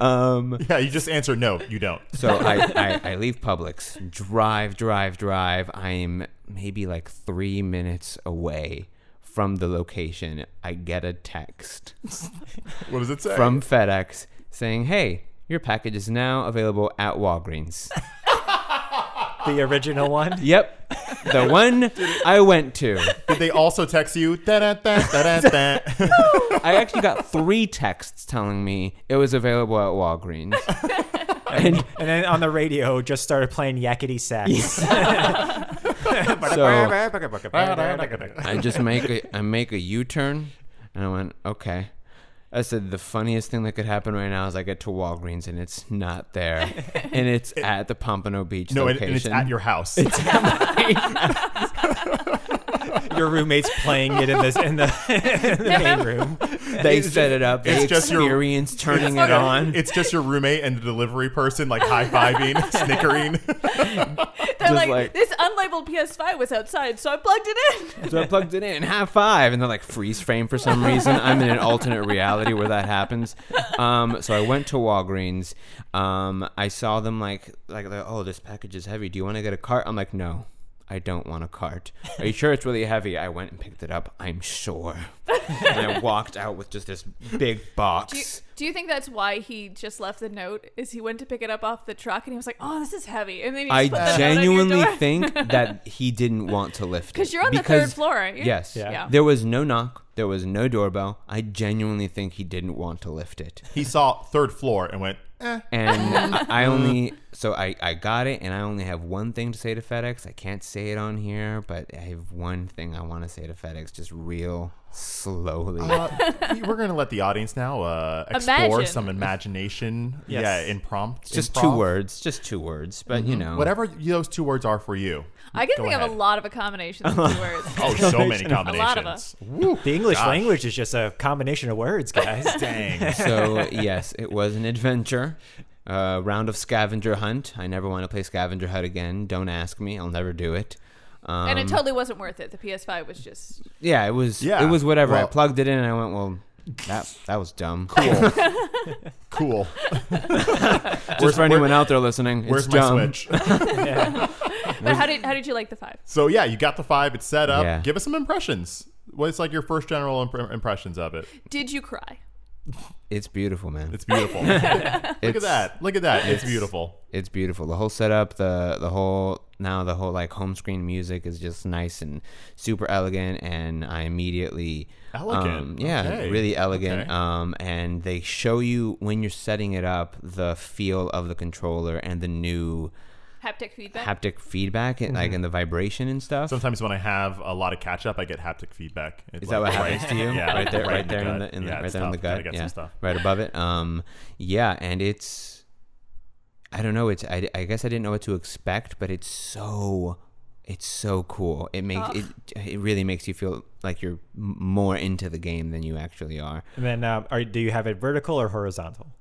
Speaker 5: Um,
Speaker 3: Yeah, you just answer no, you don't.
Speaker 5: So I, I, I leave Publix, drive, drive, drive. I'm maybe like three minutes away from the location. I get a text
Speaker 3: What does it say?
Speaker 5: from FedEx saying, hey, your package is now available at Walgreens.
Speaker 2: The original one.
Speaker 5: Yep, the one I went to.
Speaker 3: Did they also text you? Da-da-da, da-da-da.
Speaker 5: I actually got three texts telling me it was available at Walgreens. And
Speaker 2: And then on the radio, just started playing Yakety Sax.
Speaker 5: So I just make a I make a U turn, and I went okay. I said the funniest thing that could happen right now is I get to Walgreens and it's not there, and it's at the Pompano Beach
Speaker 3: No, and,
Speaker 5: location.
Speaker 3: and it's at your house.
Speaker 2: Your roommate's playing it in this in the, in the main room.
Speaker 5: they set it up. They
Speaker 3: it's just your-
Speaker 5: experience turning it
Speaker 3: Yeah,
Speaker 5: on.
Speaker 3: It's just your roommate and the delivery person like high fiving, snickering.
Speaker 4: They're like,
Speaker 5: like-
Speaker 4: this unlabeled PS5 was outside, so I plugged it in.
Speaker 5: So I plugged it in, high five, and they're like freeze frame for some reason. I'm in an alternate reality where that happens. Um, so I went to Walgreens. Um, I saw them like like they're, oh this package is heavy. Do you want to get a cart? I'm like no. I don't want a cart. Are you sure it's really heavy? I went and picked it up. I'm sure. and I walked out with just this big
Speaker 4: Do you,
Speaker 5: box.
Speaker 4: do you think that's why he just left the note? Is he went to pick it up off the truck and he was like, "Oh, this is heavy," and then he
Speaker 5: I
Speaker 4: just put the note
Speaker 5: genuinely
Speaker 4: on your door?
Speaker 5: think that he didn't want to lift it.
Speaker 4: 'Cause you're on the third floor, aren't you?
Speaker 5: Yes.
Speaker 4: Yeah. Yeah.
Speaker 5: There was no knock. There was no doorbell. I genuinely think he didn't want to lift it.
Speaker 3: He saw third floor and went, eh.
Speaker 5: And I I only, so I, I got it, and I only have one thing to say to FedEx. I can't say it on here, but I have one thing I want to say to FedEx, just real slowly.
Speaker 3: Uh, we're going to let the audience now uh, explore
Speaker 4: Imagine.
Speaker 3: some imagination.
Speaker 2: Yes.
Speaker 3: Yeah, impromptu.
Speaker 5: just two words, just two words, but you know.
Speaker 3: Whatever those two words are for you.
Speaker 4: I can
Speaker 3: Go
Speaker 4: think
Speaker 3: ahead.
Speaker 4: of a lot of combinations of two words.
Speaker 3: Oh, so many
Speaker 4: A
Speaker 3: combinations.
Speaker 4: lot of
Speaker 2: The English language is just a combination of words, guys.
Speaker 3: Dang.
Speaker 5: So, yes, it was an adventure. Uh, round of scavenger hunt. I never want to play scavenger hunt again. Don't ask me. I'll never do it. Um,
Speaker 4: and it totally wasn't worth it. The PS5 was just
Speaker 5: Yeah, it was.
Speaker 3: Yeah,
Speaker 5: it was whatever. I
Speaker 3: well-
Speaker 5: plugged it in, and I went, "Well, that that was dumb." Cool.
Speaker 3: cool.
Speaker 5: Just for anyone out there listening,
Speaker 3: Where's
Speaker 5: it's
Speaker 3: my
Speaker 5: dumb.
Speaker 3: switch?
Speaker 4: But how did how did you like the five?
Speaker 3: So yeah, you got the five. It's set up.
Speaker 5: Yeah.
Speaker 3: Give us some impressions. What's like your first general imp- impressions of it?
Speaker 4: Did you cry?
Speaker 5: It's beautiful, man.
Speaker 3: It's beautiful. Look at
Speaker 5: It's-
Speaker 3: that. Look at that. It's beautiful.
Speaker 5: It's beautiful. The whole setup, the the whole now the whole like home screen music is just nice and super elegant, and I immediately
Speaker 3: Elegant.
Speaker 5: um, yeah,
Speaker 3: Okay.
Speaker 5: really elegant.
Speaker 3: Okay.
Speaker 5: Um, and they show you when you're setting it up the feel of the controller and the new
Speaker 4: Haptic feedback.
Speaker 5: haptic feedback, and,
Speaker 3: Mm-hmm.
Speaker 5: like and the vibration and stuff.
Speaker 3: Sometimes when I have a lot of catch up, I get haptic feedback. It's
Speaker 5: Is that what
Speaker 3: like
Speaker 5: happens
Speaker 3: right-
Speaker 5: to you?
Speaker 3: Yeah,
Speaker 5: right there, right, there
Speaker 3: gut.
Speaker 5: in the, in the
Speaker 3: Yeah,
Speaker 5: right
Speaker 3: it's
Speaker 5: there in the
Speaker 3: tough. Gotta
Speaker 5: gut.
Speaker 3: get
Speaker 5: yeah,
Speaker 3: some stuff.
Speaker 5: right above it. Um, yeah, and it's, I don't know. It's I, I guess I didn't know what to expect, but it's so, it's so cool. It makes it it really makes you feel like you're m- more into the game than you actually are.
Speaker 2: And then, um, are, do you have it vertical or horizontal?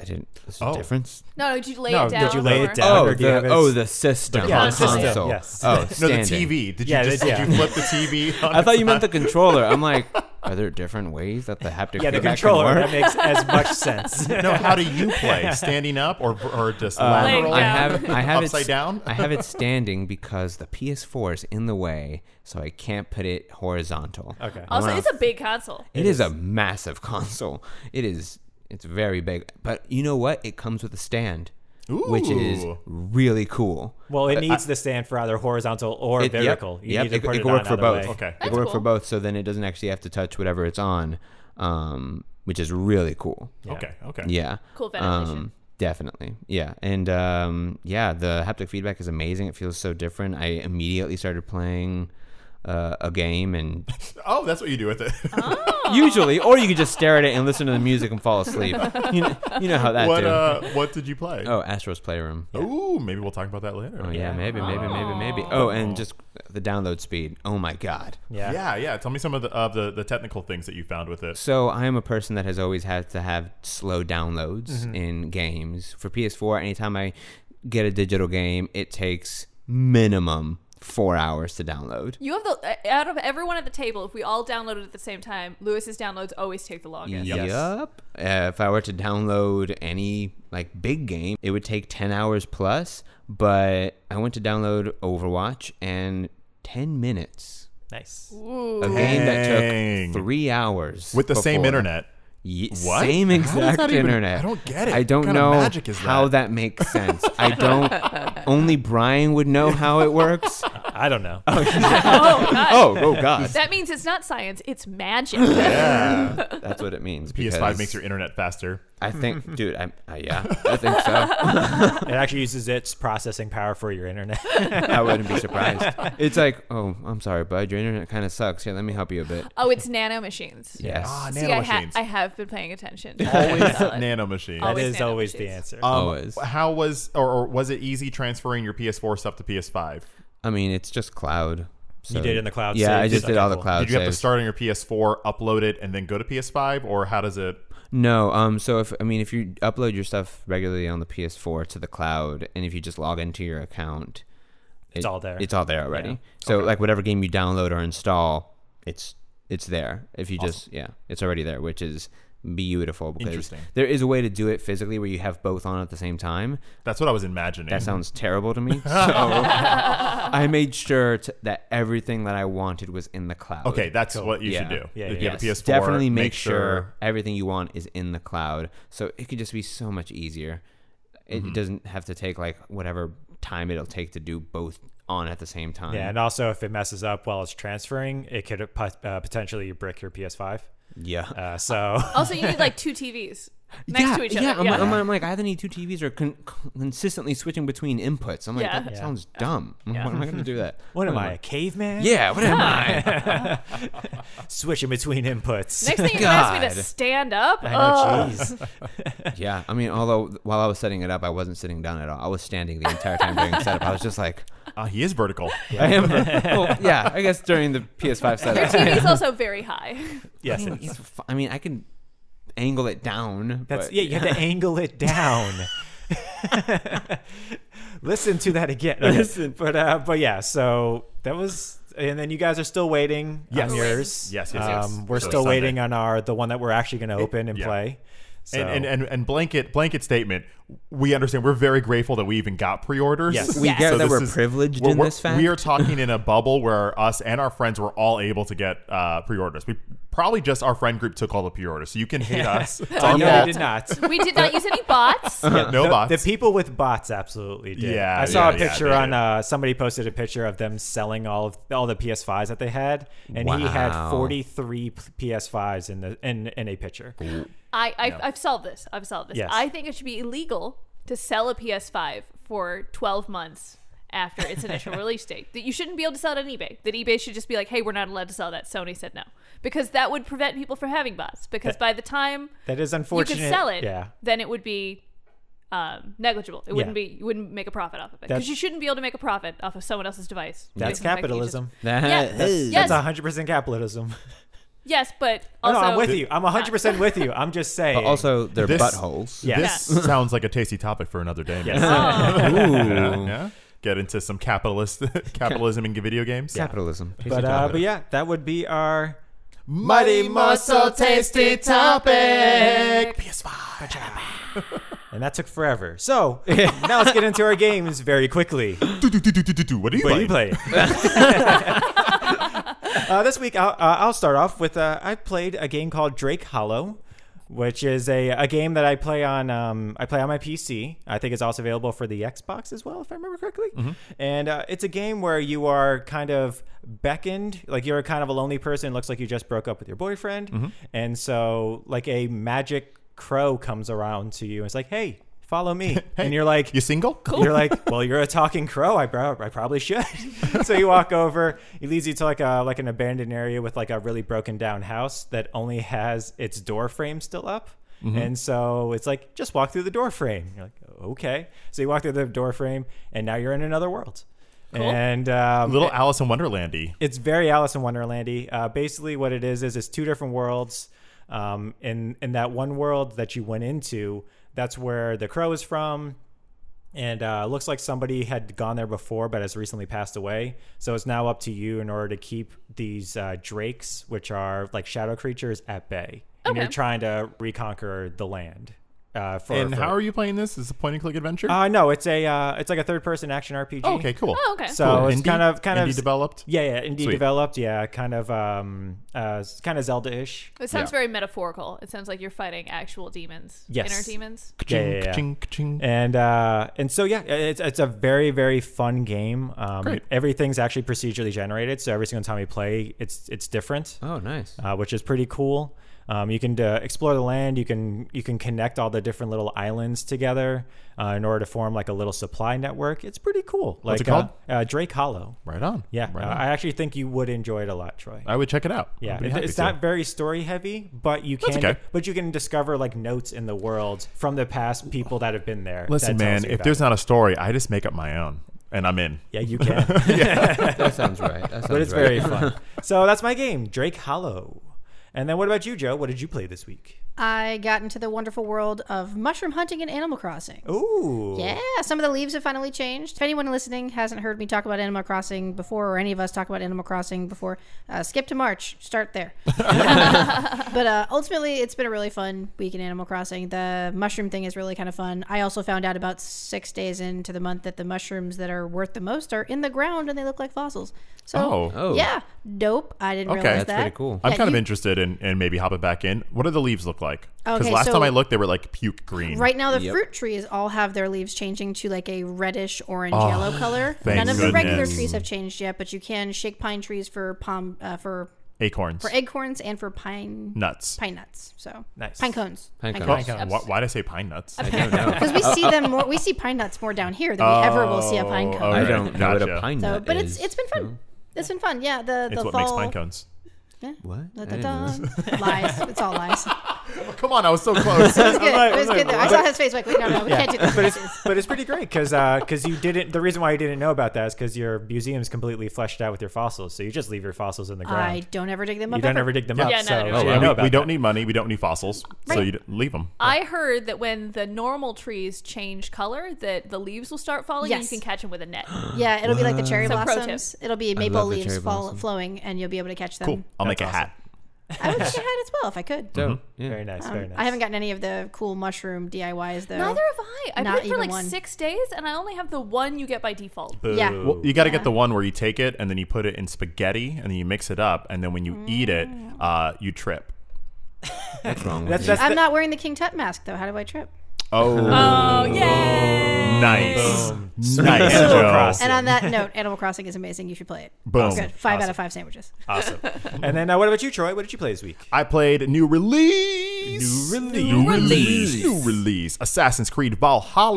Speaker 5: I didn't. There's a
Speaker 3: Oh.
Speaker 5: difference.
Speaker 4: no, did you lay
Speaker 2: No,
Speaker 4: it
Speaker 2: did
Speaker 4: down?
Speaker 2: you lay it
Speaker 4: or-
Speaker 2: down?
Speaker 5: Oh,
Speaker 2: or do you have
Speaker 5: the,
Speaker 2: it-
Speaker 5: oh, the system,
Speaker 2: Yeah,
Speaker 5: the
Speaker 2: the system,
Speaker 5: console.
Speaker 2: yes.
Speaker 5: Oh,
Speaker 3: No, the
Speaker 5: standing.
Speaker 3: TV. Did you
Speaker 2: Yeah,
Speaker 3: just
Speaker 2: the-
Speaker 3: did you flip the TV? on
Speaker 5: I thought
Speaker 3: its
Speaker 5: you meant the
Speaker 3: side?
Speaker 5: controller. I'm like, are there different ways that the haptic
Speaker 2: Yeah, the
Speaker 5: feedback can
Speaker 2: controller.
Speaker 5: work?
Speaker 2: That makes as much sense.
Speaker 3: No, how do you play? Standing up or or just
Speaker 4: Laying
Speaker 3: lateral?
Speaker 5: Uh, I
Speaker 4: down.
Speaker 5: have I have
Speaker 3: Upside
Speaker 5: it,
Speaker 3: down?
Speaker 5: I have it standing because the PS4 is in the way, so I can't put it horizontal.
Speaker 2: Okay.
Speaker 5: I
Speaker 4: Also,
Speaker 5: wanna-
Speaker 4: it's a big console.
Speaker 5: it is a massive console. It is it's very big, but you know what? It comes with a stand, which is
Speaker 3: Ooh.
Speaker 5: really cool.
Speaker 2: Well, it needs the stand for either horizontal or
Speaker 5: It- yep,
Speaker 2: vertical. You
Speaker 5: yep,
Speaker 2: need to
Speaker 5: it,
Speaker 2: put
Speaker 5: it
Speaker 2: it
Speaker 5: can work
Speaker 2: on
Speaker 5: for
Speaker 2: either
Speaker 5: both.
Speaker 2: way.
Speaker 3: Okay.
Speaker 5: it
Speaker 4: That's
Speaker 5: can work for
Speaker 4: cool.
Speaker 5: both. So then it doesn't actually have to touch whatever it's on, um, which is really cool.
Speaker 3: Okay. Okay.
Speaker 5: Yeah. Um,
Speaker 4: Cool ventilation.
Speaker 5: definitely. Yeah. And um, yeah, the haptic feedback is amazing. It feels so different. I immediately started playing uh, a game and
Speaker 3: Oh, that's what you do with it.
Speaker 5: usually or you could just stare at it and listen to the music and fall asleep. You know, you know how that
Speaker 3: what
Speaker 5: do.
Speaker 3: uh, what did you play?
Speaker 5: oh, Astro's Playroom.
Speaker 3: Ooh, maybe we'll talk about that later.
Speaker 5: Oh yeah, maybe, maybe, maybe, maybe. Oh, and just the download speed. Oh my god.
Speaker 2: Yeah.
Speaker 3: Yeah, yeah. Tell me some of the of the, the technical things that you found with it.
Speaker 5: So I am a person that has always had to have slow downloads
Speaker 3: Mm-hmm.
Speaker 5: in games. For PS4, anytime I get a digital game, it takes minimum four hours to download.
Speaker 4: You have the uh, out of everyone at the table. If we all downloaded at the same time, Lewis's downloads always take the longest.
Speaker 5: Yep. Uh, if I were to download any like big game, it would take 10 hours plus, but I went to download Overwatch and 10 minutes.
Speaker 2: Nice.
Speaker 5: A game that
Speaker 3: Dang.
Speaker 5: took 3 hours
Speaker 3: With the same
Speaker 5: before.
Speaker 3: internet.
Speaker 5: Ye-
Speaker 3: What?
Speaker 5: Same
Speaker 3: How does
Speaker 5: exact
Speaker 3: that even-
Speaker 5: internet.
Speaker 3: I don't get it.
Speaker 5: I don't
Speaker 3: What kind
Speaker 5: know
Speaker 3: of magic is
Speaker 5: how
Speaker 3: that?
Speaker 5: that makes sense. I don't. Only Brian would know how it works.
Speaker 2: I don't know.
Speaker 4: oh, God.
Speaker 5: Oh, oh God.
Speaker 4: That means it's not science, it's magic.
Speaker 3: Yeah.
Speaker 5: That's what it means.
Speaker 3: PS5
Speaker 5: because
Speaker 3: makes your internet faster.
Speaker 5: I think, dude, I, I, yeah, I think so.
Speaker 2: It actually uses its processing power for your internet.
Speaker 5: I wouldn't be surprised. It's like, oh, I'm sorry, bud. Your internet kind of sucks. Here, let me help you a bit.
Speaker 4: Oh, it's nano machines.
Speaker 5: Yes.
Speaker 3: Ah,
Speaker 4: See, I, ha- I have been paying attention.
Speaker 3: Always nano machines.
Speaker 2: that
Speaker 4: Always
Speaker 2: is
Speaker 4: nano
Speaker 2: always the
Speaker 4: machines.
Speaker 2: answer.
Speaker 5: Always.
Speaker 3: How was or, or was it easy transferring your PS4 stuff to PS5?
Speaker 5: I mean, it's just cloud. So.
Speaker 2: did in the cloud
Speaker 5: Yeah, I
Speaker 2: saves.
Speaker 5: just did all the
Speaker 2: Okay, cool.
Speaker 5: cloud
Speaker 3: Did you have to
Speaker 5: saves.
Speaker 3: start on your PS4, upload it, and then go to PS5, or how does it?
Speaker 5: No, um, so if I mean, if you upload your stuff regularly on the PS4 to the cloud, and if you just log into your account,
Speaker 2: It's all there.
Speaker 5: It's all there already. So like whatever game you download or install, it's it's there. If you just yeah, it's already there, which is beautiful because
Speaker 3: Interesting.
Speaker 5: there is a way to do it physically where you have both on at the same time.
Speaker 3: That's what I was imagining.
Speaker 2: Mm-hmm.
Speaker 5: That sounds terrible to me. So I made sure to, that everything that I wanted was in the cloud.
Speaker 3: okay, that's what you
Speaker 5: Yeah.
Speaker 3: should do.
Speaker 2: Yeah,
Speaker 3: if
Speaker 2: yeah,
Speaker 3: you have a
Speaker 5: Yes,
Speaker 3: PS4,
Speaker 5: definitely make, sure, everything you want is in the cloud. So it could just be so much easier. It doesn't have to take like whatever time it'll take to do both on at the same time.
Speaker 2: yeah, and also if it messes up while it's transferring, it could pot- uh, potentially brick your PS5.
Speaker 5: yeah.
Speaker 2: Uh, so
Speaker 4: Also, you need like two TVs next
Speaker 5: yeah,
Speaker 4: to each
Speaker 5: yeah,
Speaker 4: other.
Speaker 5: I'm, I'm, I'm like, I either need two TVs or con- consistently switching between inputs. I'm like,
Speaker 4: Yeah.
Speaker 5: that
Speaker 4: Yeah.
Speaker 5: sounds dumb. What am I going to do that?
Speaker 2: what am I, a caveman?
Speaker 5: Yeah, what am I?
Speaker 2: switching between inputs.
Speaker 4: Next thing you ask me to
Speaker 5: God.
Speaker 4: stand up.
Speaker 2: I
Speaker 4: Ugh.
Speaker 2: know, jeez.
Speaker 5: Yeah, I mean, although while I was setting it up, I wasn't sitting down at all. I was standing the entire time during setup. I was just like,
Speaker 3: Ah, he is vertical.
Speaker 5: I am. Well, yeah, I guess during the PS5
Speaker 4: Your
Speaker 5: setup.
Speaker 4: TV's also very high.
Speaker 2: Yes,
Speaker 5: I mean,
Speaker 2: it is.
Speaker 5: it's fi- I mean, I can angle it down.
Speaker 2: That's
Speaker 5: but,
Speaker 2: yeah. You have to angle it down. Listen to that again. Listen, but uh, but yeah. So that was, and then you guys are still waiting
Speaker 3: Yes.
Speaker 2: on yours.
Speaker 3: Yes, yes, yes.
Speaker 2: Um, we're
Speaker 3: So
Speaker 2: still
Speaker 3: Sunday.
Speaker 2: waiting on our the one that we're actually going to open and
Speaker 3: yeah.
Speaker 2: play. So,
Speaker 3: And, and and and blanket blanket statement. We understand. We're very grateful that we even got pre-orders.
Speaker 2: Yes.
Speaker 5: We
Speaker 4: Yes.
Speaker 5: get
Speaker 4: So
Speaker 5: that
Speaker 3: this
Speaker 5: we're
Speaker 3: is-
Speaker 5: privileged
Speaker 3: we're-
Speaker 5: in
Speaker 3: we're-
Speaker 5: this fact.
Speaker 3: We are talking in a bubble where us and our friends were all able to get uh, pre-orders. We probably just our friend group took all the pre-orders, so you can hate us. It's
Speaker 2: Oh,
Speaker 3: our
Speaker 2: no,
Speaker 3: fault.
Speaker 2: we did not.
Speaker 4: We did not use any bots.
Speaker 2: Yeah,
Speaker 3: No
Speaker 2: the,
Speaker 3: bots.
Speaker 2: The people with bots absolutely did.
Speaker 3: Yeah,
Speaker 2: I saw
Speaker 3: yeah,
Speaker 2: a
Speaker 3: yeah,
Speaker 2: picture
Speaker 3: they
Speaker 2: on
Speaker 3: did.
Speaker 2: uh, somebody posted a picture of them selling all of all the PS5s that they had, and he had
Speaker 5: Wow.
Speaker 2: 43 PS5s in the in in a picture.
Speaker 4: I, I've, I've solved this. I've solved this.
Speaker 2: Yes.
Speaker 4: I think it should be illegal to sell a PS5 for 12 months after its initial release date. That you shouldn't be able to sell it on eBay. That eBay should just be like, hey, we're not allowed to sell that. Sony said no. Because that would prevent people from having bots. Because by the time
Speaker 2: That is
Speaker 4: you
Speaker 2: unfortunate.
Speaker 4: could sell it,
Speaker 2: Yeah.
Speaker 4: then it would be um, negligible. It wouldn't be.
Speaker 2: Yeah.
Speaker 4: You wouldn't make a profit off of it
Speaker 2: That's-
Speaker 4: because you shouldn't be able to make a profit off of someone else's device.
Speaker 2: That's
Speaker 4: Based on the fact that you
Speaker 2: capitalism.
Speaker 5: That-
Speaker 4: Yeah,
Speaker 5: that's-
Speaker 4: yes.
Speaker 2: That's 100% capitalism.
Speaker 4: just- yes, but
Speaker 2: No,
Speaker 4: also
Speaker 2: no, I'm with you. I'm 100% with you. I'm just saying.
Speaker 5: But also, they're
Speaker 3: This-
Speaker 5: buttholes.
Speaker 2: Yeah.
Speaker 3: This sounds like a tasty topic for another day.
Speaker 4: Oh,
Speaker 3: man.
Speaker 5: Ooh.
Speaker 3: Yeah. Get into some capitalist capitalism in video games.
Speaker 5: Capitalism.
Speaker 2: But, uh, but yeah, that would be our.
Speaker 3: Mighty muscle tasty topic. PS5.
Speaker 2: And that took forever. So now let's get into our games very quickly.
Speaker 3: Do-do-do-do-do-do. What do you
Speaker 2: What do
Speaker 3: play?
Speaker 2: you play? uh, this week, I'll, uh, I'll start off with uh, I played a game called Drake Hollow, which is a, a game that I play on. Um, I play on my PC. I think it's also available for the Xbox as well, if I remember correctly. And uh, it's a game where you are kind of beckoned, like you're kind of a lonely person. Looks like you just broke up with your boyfriend, and so like a magic crow comes around to you. and It's like, hey, follow me, and you're like,
Speaker 3: You single? Cool.
Speaker 2: you're like, well, you're a talking crow. I, prob- I probably should. so you walk over. He leads you to like a like an abandoned area with like a really broken down house that only has its door frame still up. And so it's like just walk through the door frame. You're like, okay. So you walk through the door frame, and now you're in another world. And um,
Speaker 3: Little Alice in Wonderlandy.
Speaker 2: it's very Alice in Wonderlandy. Uh, basically, what it is is it's two different worlds. Um, in in that one world that you went into, that's where the crow is from, and uh, it looks like somebody had gone there before, but has recently passed away. So it's now up to you in order to keep these uh, drakes, which are like shadow creatures, at bay, and you're
Speaker 4: Okay.
Speaker 2: trying to reconquer the land. Uh, for,
Speaker 3: And
Speaker 2: for-
Speaker 3: how are you playing this? Is it a point and click adventure?
Speaker 2: Uh, no, it's a uh, it's like a third person action RPG.
Speaker 3: Oh, okay, cool.
Speaker 4: Oh, okay.
Speaker 2: So
Speaker 3: Cool.
Speaker 2: it's
Speaker 3: Indie-
Speaker 2: kind of kind
Speaker 3: indie
Speaker 2: of
Speaker 3: developed.
Speaker 2: Yeah, yeah, indie
Speaker 3: Sweet.
Speaker 2: developed. Yeah, kind of um uh kind of Zelda-ish.
Speaker 4: It sounds
Speaker 3: Yeah.
Speaker 4: very metaphorical. It sounds like you're fighting actual demons,
Speaker 2: Yes.
Speaker 4: inner demons.
Speaker 2: Yeah, yeah, yeah.
Speaker 3: Ka-ching, ka-ching.
Speaker 2: And uh, and so yeah, it's it's a very very fun game. Um,
Speaker 3: Great.
Speaker 2: Everything's actually procedurally generated, so every single time you play, it's it's different,
Speaker 5: Oh, nice.
Speaker 2: uh, which is pretty cool. Um, you can uh, explore the land. You can you can connect all the different little islands together uh, in order to form like a little supply network. It's pretty cool. Like
Speaker 3: it called?
Speaker 2: Uh, uh, Drake Hollow.
Speaker 3: Right on.
Speaker 2: Yeah,
Speaker 3: Right
Speaker 2: uh,
Speaker 3: on.
Speaker 2: I actually think you would enjoy it a lot, Troy.
Speaker 3: I would check it out.
Speaker 2: Yeah,
Speaker 3: I'd be
Speaker 2: it-
Speaker 3: happy
Speaker 2: it's
Speaker 3: to.
Speaker 2: not very story heavy, but you
Speaker 3: That's
Speaker 2: can
Speaker 3: okay.
Speaker 2: but you can discover like notes in the world from the past people that have been there.
Speaker 3: Listen,
Speaker 2: that tells
Speaker 3: man,
Speaker 2: you
Speaker 3: if
Speaker 2: about
Speaker 3: there's
Speaker 2: it.
Speaker 3: not a story, I just make up my own, and I'm in.
Speaker 2: yeah, you can,
Speaker 5: That sounds right. That sounds
Speaker 2: but it's
Speaker 5: right.
Speaker 2: very fun. So that's my game, Drake Hollow. And then what about you, Joe? What did you play this week?
Speaker 6: I got into the wonderful world of mushroom hunting and Animal Crossing.
Speaker 2: Ooh,
Speaker 6: Yeah, some of the leaves have finally changed. If anyone listening hasn't heard me talk about Animal Crossing before, or any of us talk about Animal Crossing before, uh, skip to March. Start there. but uh, ultimately, it's been a really fun week in Animal Crossing. The mushroom thing is really kind of fun. I also found out about six days into the month that the mushrooms that are worth the most are in the ground and they look like fossils. So,
Speaker 3: Oh.
Speaker 5: Oh.
Speaker 6: yeah, dope. I didn't
Speaker 3: Okay.
Speaker 6: realize
Speaker 3: That's
Speaker 6: that.
Speaker 5: pretty cool.
Speaker 3: I'm
Speaker 6: Yeah,
Speaker 3: kind of
Speaker 6: you-
Speaker 3: interested in, in maybe hopping back in. What do the leaves look like? Because
Speaker 6: Okay,
Speaker 3: last
Speaker 6: so-
Speaker 3: time I looked, they were like puke green.
Speaker 6: Right now, the
Speaker 5: Yep.
Speaker 6: fruit trees all have their leaves changing to like a reddish orange
Speaker 2: Ah,
Speaker 6: yellow color.
Speaker 3: thank
Speaker 6: None of the regular
Speaker 3: goodness.
Speaker 6: trees have changed yet, but you can shake pine trees for palm uh, for
Speaker 3: Acorns.
Speaker 6: for acorns and for pine
Speaker 3: nuts.
Speaker 6: pine nuts. So
Speaker 2: Nice.
Speaker 6: pine cones.
Speaker 5: Pine cones.
Speaker 3: Oh, why, why'd I say pine nuts?
Speaker 6: Because we see them more, we see pine nuts more down here than we ever will see a pine
Speaker 3: Oh,
Speaker 6: cone.
Speaker 5: I
Speaker 3: Alright,
Speaker 5: don't know what
Speaker 3: gotcha.
Speaker 5: a pine
Speaker 6: So,
Speaker 5: nut
Speaker 6: but
Speaker 5: is.
Speaker 6: it's it's been fun. It's been fun. Yeah, the the
Speaker 3: It's what
Speaker 6: fall.
Speaker 3: makes pine cones.
Speaker 5: what?
Speaker 6: Da, da,
Speaker 5: I didn't know
Speaker 6: da.
Speaker 5: this.
Speaker 6: lies. It's all lies. It
Speaker 3: Oh, come on, I was so close.
Speaker 6: was good.
Speaker 2: like-
Speaker 6: it was
Speaker 2: I'm
Speaker 6: good
Speaker 2: like,
Speaker 6: though. I saw his face like, wait, no, no, we can't do this.
Speaker 2: but it's but it's pretty great because because you didn't. The reason why you didn't know about that is because your museum's completely fleshed out with your fossils, so you just leave your fossils in the ground.
Speaker 6: I don't ever dig them up.
Speaker 2: you don't
Speaker 6: ever.
Speaker 2: ever dig them
Speaker 3: Yeah.
Speaker 2: up,
Speaker 4: Yeah, no,
Speaker 2: so
Speaker 4: no, no,
Speaker 2: you
Speaker 4: no.
Speaker 2: didn't
Speaker 3: Yeah,
Speaker 2: know
Speaker 3: Oh, we,
Speaker 2: about
Speaker 3: we don't
Speaker 2: that.
Speaker 3: need money. We don't need fossils. So
Speaker 6: Right. Um,
Speaker 3: you d- leave them.
Speaker 4: I heard that when the normal trees change color, that the leaves will start falling, and you
Speaker 6: Yes.
Speaker 4: can catch them with a net.
Speaker 6: Yeah, it'll be like the cherry
Speaker 4: So pro tip.
Speaker 6: blossoms. It'll be maple
Speaker 5: love the
Speaker 6: leaves
Speaker 5: cherry
Speaker 6: fall,
Speaker 5: blossom.
Speaker 6: flowing, and you'll be able to catch them.
Speaker 3: Cool. I'll make
Speaker 2: That's
Speaker 3: a
Speaker 2: awesome.
Speaker 3: hat.
Speaker 6: I would make a hat as well if I could.
Speaker 5: So, yeah.
Speaker 2: Very nice,
Speaker 6: Um,
Speaker 2: very nice.
Speaker 6: I haven't gotten any of the cool mushroom DIYs though.
Speaker 4: Neither have I. I
Speaker 6: Not
Speaker 4: played for
Speaker 6: even
Speaker 4: like
Speaker 6: one.
Speaker 4: six days, and I only have the one you get by default.
Speaker 6: Yeah.
Speaker 2: Boo.
Speaker 3: Well, you got to get the one where you take it and then you put it in spaghetti and then you mix it up and then when you eat it,
Speaker 6: Mm.
Speaker 3: uh, you trip.
Speaker 5: What's wrong with
Speaker 2: That's-
Speaker 5: you?
Speaker 2: that's-
Speaker 6: I'm not wearing the King Tut mask though. How do I trip?
Speaker 3: Oh,
Speaker 4: Oh yay!
Speaker 3: nice,
Speaker 6: Um,
Speaker 2: Boom.
Speaker 3: nice,
Speaker 2: Animal
Speaker 3: Joe.
Speaker 2: Crossing.
Speaker 6: And on that note, Animal Crossing is amazing. You should play it.
Speaker 3: Boom.
Speaker 6: It's good. Five out
Speaker 2: Awesome.
Speaker 6: of five sandwiches.
Speaker 2: Awesome. and then uh, what about you, Troy? What did you play this week?
Speaker 3: I played new release.
Speaker 2: New release.
Speaker 3: New release.
Speaker 5: release.
Speaker 3: New release. Assassin's Creed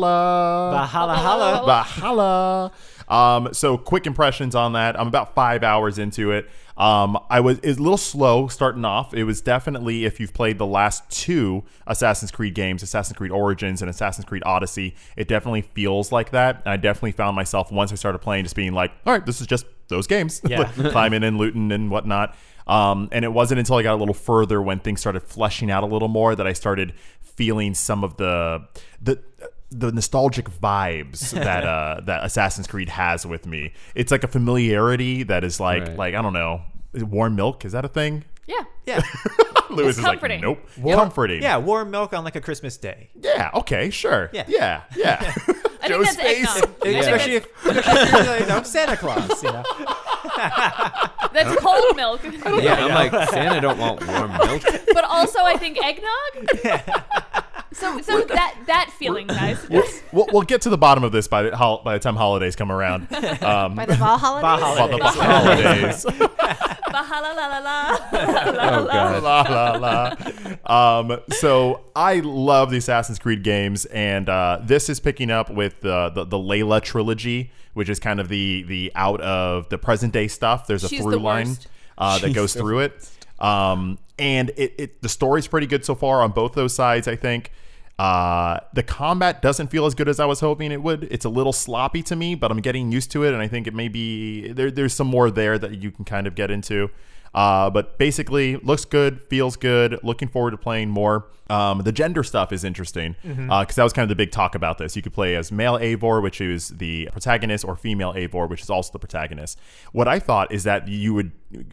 Speaker 3: Valhalla.
Speaker 2: Bahala
Speaker 3: oh,
Speaker 2: Hala.
Speaker 3: Valhalla. Um, so quick impressions on that. I'm about five hours into it. Um, I was it's a little slow starting off. It was definitely if you've played the last two Assassin's Creed games, Assassin's Creed Origins and Assassin's Creed Odyssey, it definitely feels like that. And I definitely found myself once I started playing just being like, all right, this is just those games,
Speaker 2: Yeah.
Speaker 3: climbing and looting and whatnot. Um, and it wasn't until I got a little further when things started fleshing out a little more that I started feeling some of the the the nostalgic vibes that uh, that Assassin's Creed has with me. It's like a familiarity that is like
Speaker 5: Right.
Speaker 3: like I don't know, is it warm milk is that a thing?
Speaker 4: Yeah.
Speaker 2: Yeah.
Speaker 3: Lewis
Speaker 4: It's
Speaker 3: is
Speaker 4: comforting.
Speaker 3: like, nope, comforting.
Speaker 2: Yeah, warm milk on like a Christmas day.
Speaker 3: yeah, okay, sure,
Speaker 2: Yeah.
Speaker 3: yeah, yeah.
Speaker 4: I think
Speaker 3: Joe's
Speaker 4: that's
Speaker 3: face.
Speaker 4: eggnog. I think
Speaker 2: Especially if, especially if you're like, you know, Santa Claus, you know.
Speaker 4: that's, that's cold milk.
Speaker 5: yeah, I'm like, Santa don't want warm milk.
Speaker 4: but also, I think eggnog. So, so that that feeling, guys.
Speaker 3: We'll, we'll, we'll get to the bottom of this by the hol- by the time holidays come around. Um,
Speaker 6: By the Valhalla.
Speaker 2: Valhalla.
Speaker 3: by the holidays.
Speaker 4: Bahala la la la.
Speaker 5: Oh, God.
Speaker 3: la la la. Um, so I love the Assassin's Creed games, and uh, this is picking up with the, the the Layla trilogy, which is kind of the the out of the present day stuff. There's a
Speaker 4: She's
Speaker 3: through
Speaker 4: the
Speaker 3: line
Speaker 4: worst.
Speaker 3: uh, that goes through it, um, and it, it the story's pretty good so far on both those sides. I think. Uh, the combat doesn't feel as good as I was hoping it would. It's a little sloppy to me, but I'm getting used to it, and I think it may be there. There's some more there that you can kind of get into. Uh, but basically, looks good, feels good. Looking forward to playing more. Um, the gender stuff is interesting because that was kind of the big talk about this. You could play as male Eivor, which is the protagonist, or female Eivor, which is also the protagonist. What I thought is that you would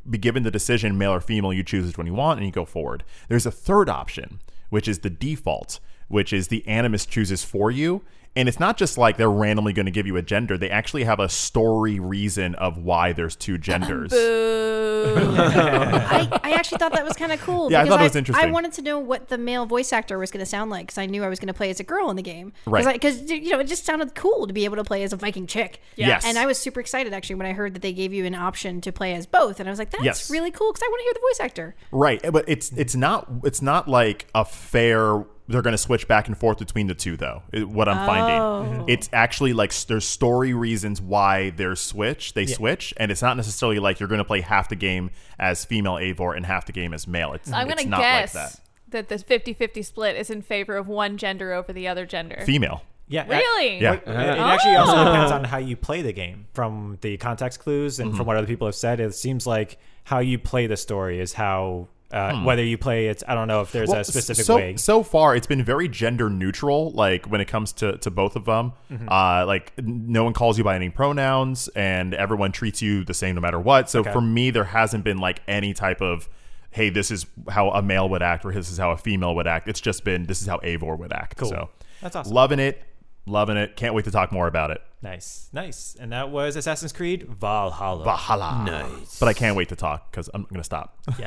Speaker 3: be given the decision, male or female, you choose which one you want, and you go forward. There's a third option, which is the default, which is the animus chooses for you. And it's not just like they're randomly going to give you a gender. They actually have a story reason of why there's two genders.
Speaker 4: Boo.
Speaker 6: I, I actually thought that was kind of cool.
Speaker 3: Yeah, I
Speaker 6: because
Speaker 3: thought it was interesting.
Speaker 6: I wanted to know what the male voice actor was going to sound like because I knew I was going to play as a girl in the game.
Speaker 3: Right.
Speaker 6: Because, you know, it just sounded cool to be able to play as a Viking chick.
Speaker 4: Yeah.
Speaker 3: Yes.
Speaker 6: And I was super excited actually when I heard that they gave you an option to play as both. And I was like, that's
Speaker 3: Yes.
Speaker 6: really cool because I want to hear the voice actor.
Speaker 3: Right, eh, but it's it's not it's not like a fair. They're going to switch back and forth between the two, though. is What I'm
Speaker 4: Oh.
Speaker 3: finding, it's actually like s- there's story reasons why they're switch. They switch, and it's not necessarily like you're going to play half the game as female Avor and half the game as male. It's
Speaker 4: I'm
Speaker 3: it's
Speaker 4: gonna
Speaker 3: not
Speaker 4: guess
Speaker 3: like that.
Speaker 4: that. the 50-50 split is in favor of one gender over the other gender.
Speaker 3: Female,
Speaker 2: Yeah. Oh. that-
Speaker 4: really?
Speaker 3: Yeah.
Speaker 2: It, it actually also depends on how you play the game. From the context clues and
Speaker 3: Mm-hmm.
Speaker 2: from what other people have said, it seems like how you play the story is how uh, whether you play it's. I don't know if there's
Speaker 3: Hmm. Well,
Speaker 2: a specific
Speaker 3: so,
Speaker 2: way.
Speaker 3: So far, it's been very gender neutral, like when it comes to, to both of them.
Speaker 2: Mm-hmm.
Speaker 3: Uh, like n- no one calls you by any pronouns, and everyone treats you the same no matter what. So for me, there hasn't been like any type of, hey, this is how a male would act, or this is how a female would act. It's just been this is how Avor would act.
Speaker 2: Cool.
Speaker 3: So
Speaker 2: That's awesome.
Speaker 3: Loving it, loving it. Can't wait to talk more about it.
Speaker 2: nice, nice. And that was Assassin's Creed Valhalla.
Speaker 3: Bahala. Nice. But I can't wait to talk because I'm gonna stop.
Speaker 2: and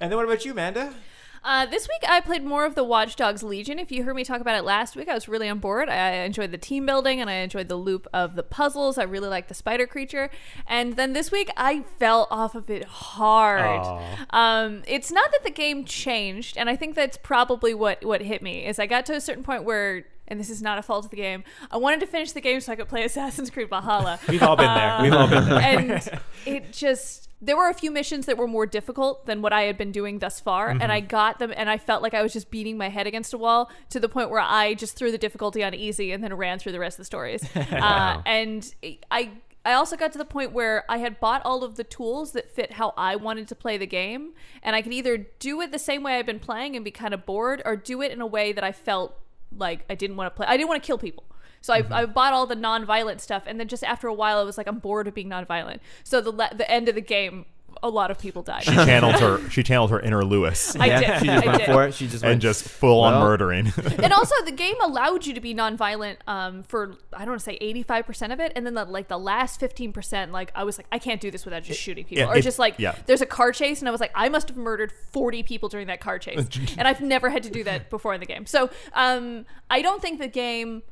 Speaker 2: then what about you, Amanda?
Speaker 4: Uh, this week I played more of the Watch Dogs Legion. If you heard me talk about it last week, I was really on board. I enjoyed the team building and I enjoyed the loop of the puzzles. I really liked the spider creature. And then this week I fell off of it hard. Um, it's not that the game changed, and I think that's probably what what hit me is I got to a certain point where. And this is not a fault of the game. I wanted to finish the game so I could play Assassin's Creed Valhalla.
Speaker 2: We've all been
Speaker 3: Uh,
Speaker 2: there. We've all been there.
Speaker 4: and it just there were a few missions that were more difficult than what I had been doing thus far, and I got them, and I felt like I was just beating my head against a wall to the point where I just threw the difficulty on easy and then ran through the rest of the stories. uh, and I, I also got to the point where I had bought all of the tools that fit how I wanted to play the game, and I could either do it the same way I've been playing and be kind of bored, or do it in a way that I felt like I didn't want to play. I didn't want to kill people. So I, I bought all the non-violent stuff, and then just after a while, I was like, I'm bored of being non-violent. So the le- the end of the game, a lot of people died.
Speaker 3: She channeled her. She channeled her inner Lewis
Speaker 4: I
Speaker 5: yeah,
Speaker 4: did.
Speaker 5: she just
Speaker 4: I
Speaker 5: went
Speaker 4: did.
Speaker 5: for it. She just went
Speaker 3: and just full on
Speaker 5: Well-
Speaker 3: murdering.
Speaker 4: and also, the game allowed you to be non-violent um, for I don't want to say 85 percent of it, and then the, like the last 15 percent, like I was like, I can't do this without just shooting people,
Speaker 3: yeah,
Speaker 4: or
Speaker 3: it-
Speaker 4: just like
Speaker 3: yeah.
Speaker 4: there's a car chase, and I was like, I must have murdered 40 people during that car chase, and I've never had to do that before in the game. So um, I don't think the game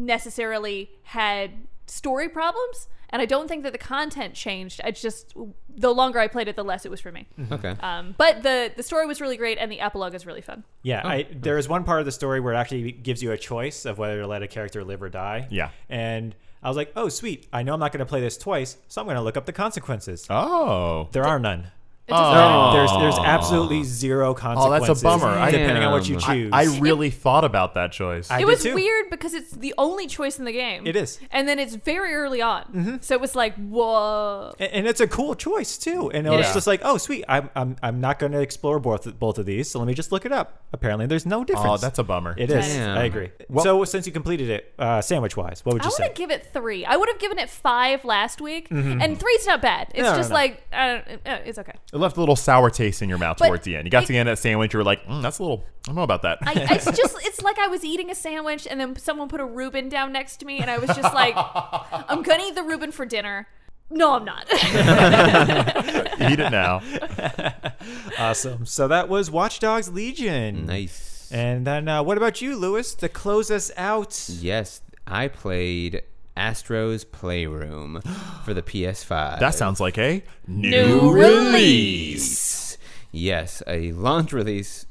Speaker 4: necessarily had story problems. And I don't think that the content changed. It's just the longer I played it, the less it was for me.
Speaker 5: okay.
Speaker 4: Um, but the the story was really great, and the epilogue is really fun.
Speaker 2: Yeah, I, there is one part of the story where it actually gives you a choice of whether to let a character live or die.
Speaker 3: Yeah.
Speaker 2: And I was like, oh, sweet. I know I'm not going to play this twice, so I'm going to look up the consequences.
Speaker 3: oh.
Speaker 2: There are none.
Speaker 4: It doesn't
Speaker 3: Oh.
Speaker 2: There's there's absolutely zero
Speaker 3: Oh,
Speaker 2: consequences.
Speaker 3: that's a bummer. I-
Speaker 2: Depending on what you
Speaker 5: Damn.
Speaker 2: choose.
Speaker 3: I, I really thought about that choice.
Speaker 2: I
Speaker 4: it
Speaker 2: did
Speaker 4: was
Speaker 2: too.
Speaker 4: weird because it's the only choice in the game.
Speaker 2: It is. Mm-hmm.
Speaker 4: and then it's very early on, so it was like, whoa.
Speaker 2: And- And it's a cool choice too. And
Speaker 4: It
Speaker 2: it's
Speaker 4: is.
Speaker 2: just like, oh, sweet. I'm I'm, I'm not going to explore both both of these, so let me just look it up. Apparently, there's no difference.
Speaker 3: oh, that's a bummer.
Speaker 2: It is.
Speaker 5: Damn.
Speaker 2: I agree. so since you completed it, uh, sandwich wise, what would
Speaker 4: I
Speaker 2: you
Speaker 4: want
Speaker 2: say?
Speaker 4: to give it three. I would have given it five last week, and three's not bad. It's
Speaker 2: Mm-hmm. No, no,
Speaker 4: just
Speaker 2: no.
Speaker 4: like I don't, uh, it's okay.
Speaker 3: It left a little sour taste in your mouth
Speaker 4: But
Speaker 3: towards the end. You got
Speaker 4: it-
Speaker 3: to the end of that sandwich, you were like, mm, that's a little, I don't know about that.
Speaker 4: I, it's just it's like I was eating a sandwich, and then someone put a Reuben down next to me, and I was just like, I'm gonna eat the Reuben for dinner. No, I'm not.
Speaker 3: Eat it now.
Speaker 2: awesome. So that was Watch Dogs Legion.
Speaker 5: nice.
Speaker 2: And then, uh, what about you, Lewis, to close us out?
Speaker 5: Yes, I played Astro's Playroom for the PS5.
Speaker 3: That sounds like a new,
Speaker 4: New
Speaker 3: release.
Speaker 5: yes, a launch release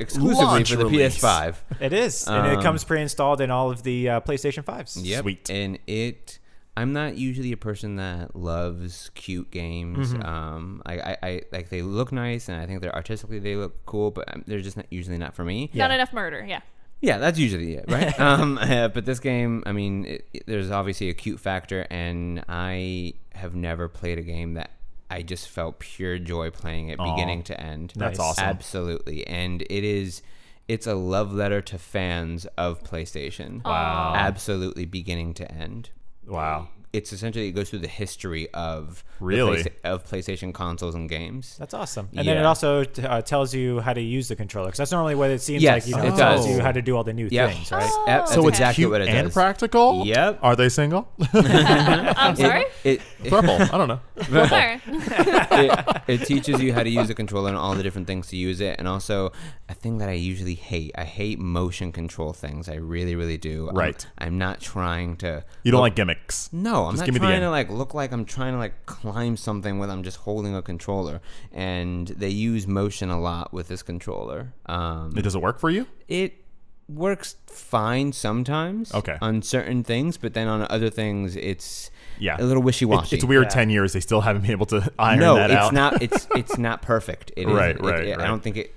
Speaker 5: exclusively
Speaker 3: Launch
Speaker 5: for the
Speaker 3: release.
Speaker 5: PS5.
Speaker 2: It is, and
Speaker 5: Um,
Speaker 2: it comes pre-installed in all of the uh, PlayStation Fives.
Speaker 5: Yep.
Speaker 3: Sweet.
Speaker 5: And it. I'm not usually a person that loves cute games.
Speaker 3: Mm-hmm.
Speaker 5: Um, I, I, I like they look nice, and I think they're artistically they look cool, but um, they're just not, usually not for me.
Speaker 4: Not enough murder. Yeah.
Speaker 5: Yeah, that's usually it, right? um, uh, but this game, I mean, it, it- there's obviously a cute factor, and I have never played a game that I just felt pure joy playing it, beginning to end.
Speaker 3: That's Nice. awesome.
Speaker 5: Absolutely, and it is. It's a love letter to fans of PlayStation. Wow. Absolutely beginning to end
Speaker 3: Wow.
Speaker 5: it's essentially it goes through the history of the
Speaker 3: Really?
Speaker 5: Playsta- of PlayStation consoles and games.
Speaker 2: That's awesome. And then it
Speaker 5: Yeah.
Speaker 2: also t- uh, tells you how to use the controller because that's normally what it seems like.
Speaker 5: Yes,
Speaker 2: You know,
Speaker 5: it
Speaker 2: it tells
Speaker 5: does.
Speaker 2: you how to do all the new
Speaker 5: Yep.
Speaker 2: things, right?
Speaker 4: Oh.
Speaker 5: Yep, that's
Speaker 4: So it's
Speaker 5: exactly
Speaker 3: Cute
Speaker 5: what it
Speaker 3: and
Speaker 5: does.
Speaker 3: practical.
Speaker 5: Yep.
Speaker 3: Are they single?
Speaker 4: I'm sorry.
Speaker 5: It, it,
Speaker 3: Purple. I don't know.
Speaker 4: Sorry.
Speaker 5: it, it teaches you how to use the controller and all the different things to use it. And also, a thing that I usually hate I hate motion control things. I really, really do. I'm-
Speaker 3: Right.
Speaker 5: I'm, not trying to.
Speaker 3: You don't like gimmicks.
Speaker 5: No, I'm
Speaker 3: Just
Speaker 5: not
Speaker 3: give me the
Speaker 5: trying
Speaker 3: end.
Speaker 5: to like look like I'm trying to like climb something when I'm just holding a controller. And they use motion a lot with this controller. Um,
Speaker 3: It doesn't work for you.
Speaker 5: it works fine sometimes.
Speaker 3: Okay.
Speaker 5: On certain things, but then on other things, it's
Speaker 3: Yeah.
Speaker 5: a little wishy
Speaker 3: It's,
Speaker 5: washy.
Speaker 3: it's weird. Ten years, they still haven't been able to iron
Speaker 5: no,
Speaker 3: that
Speaker 5: it's
Speaker 3: out.
Speaker 5: not. It's it's not perfect. It
Speaker 3: Right,
Speaker 5: isn't. It-
Speaker 3: right,
Speaker 5: it- I
Speaker 3: right.
Speaker 5: don't think it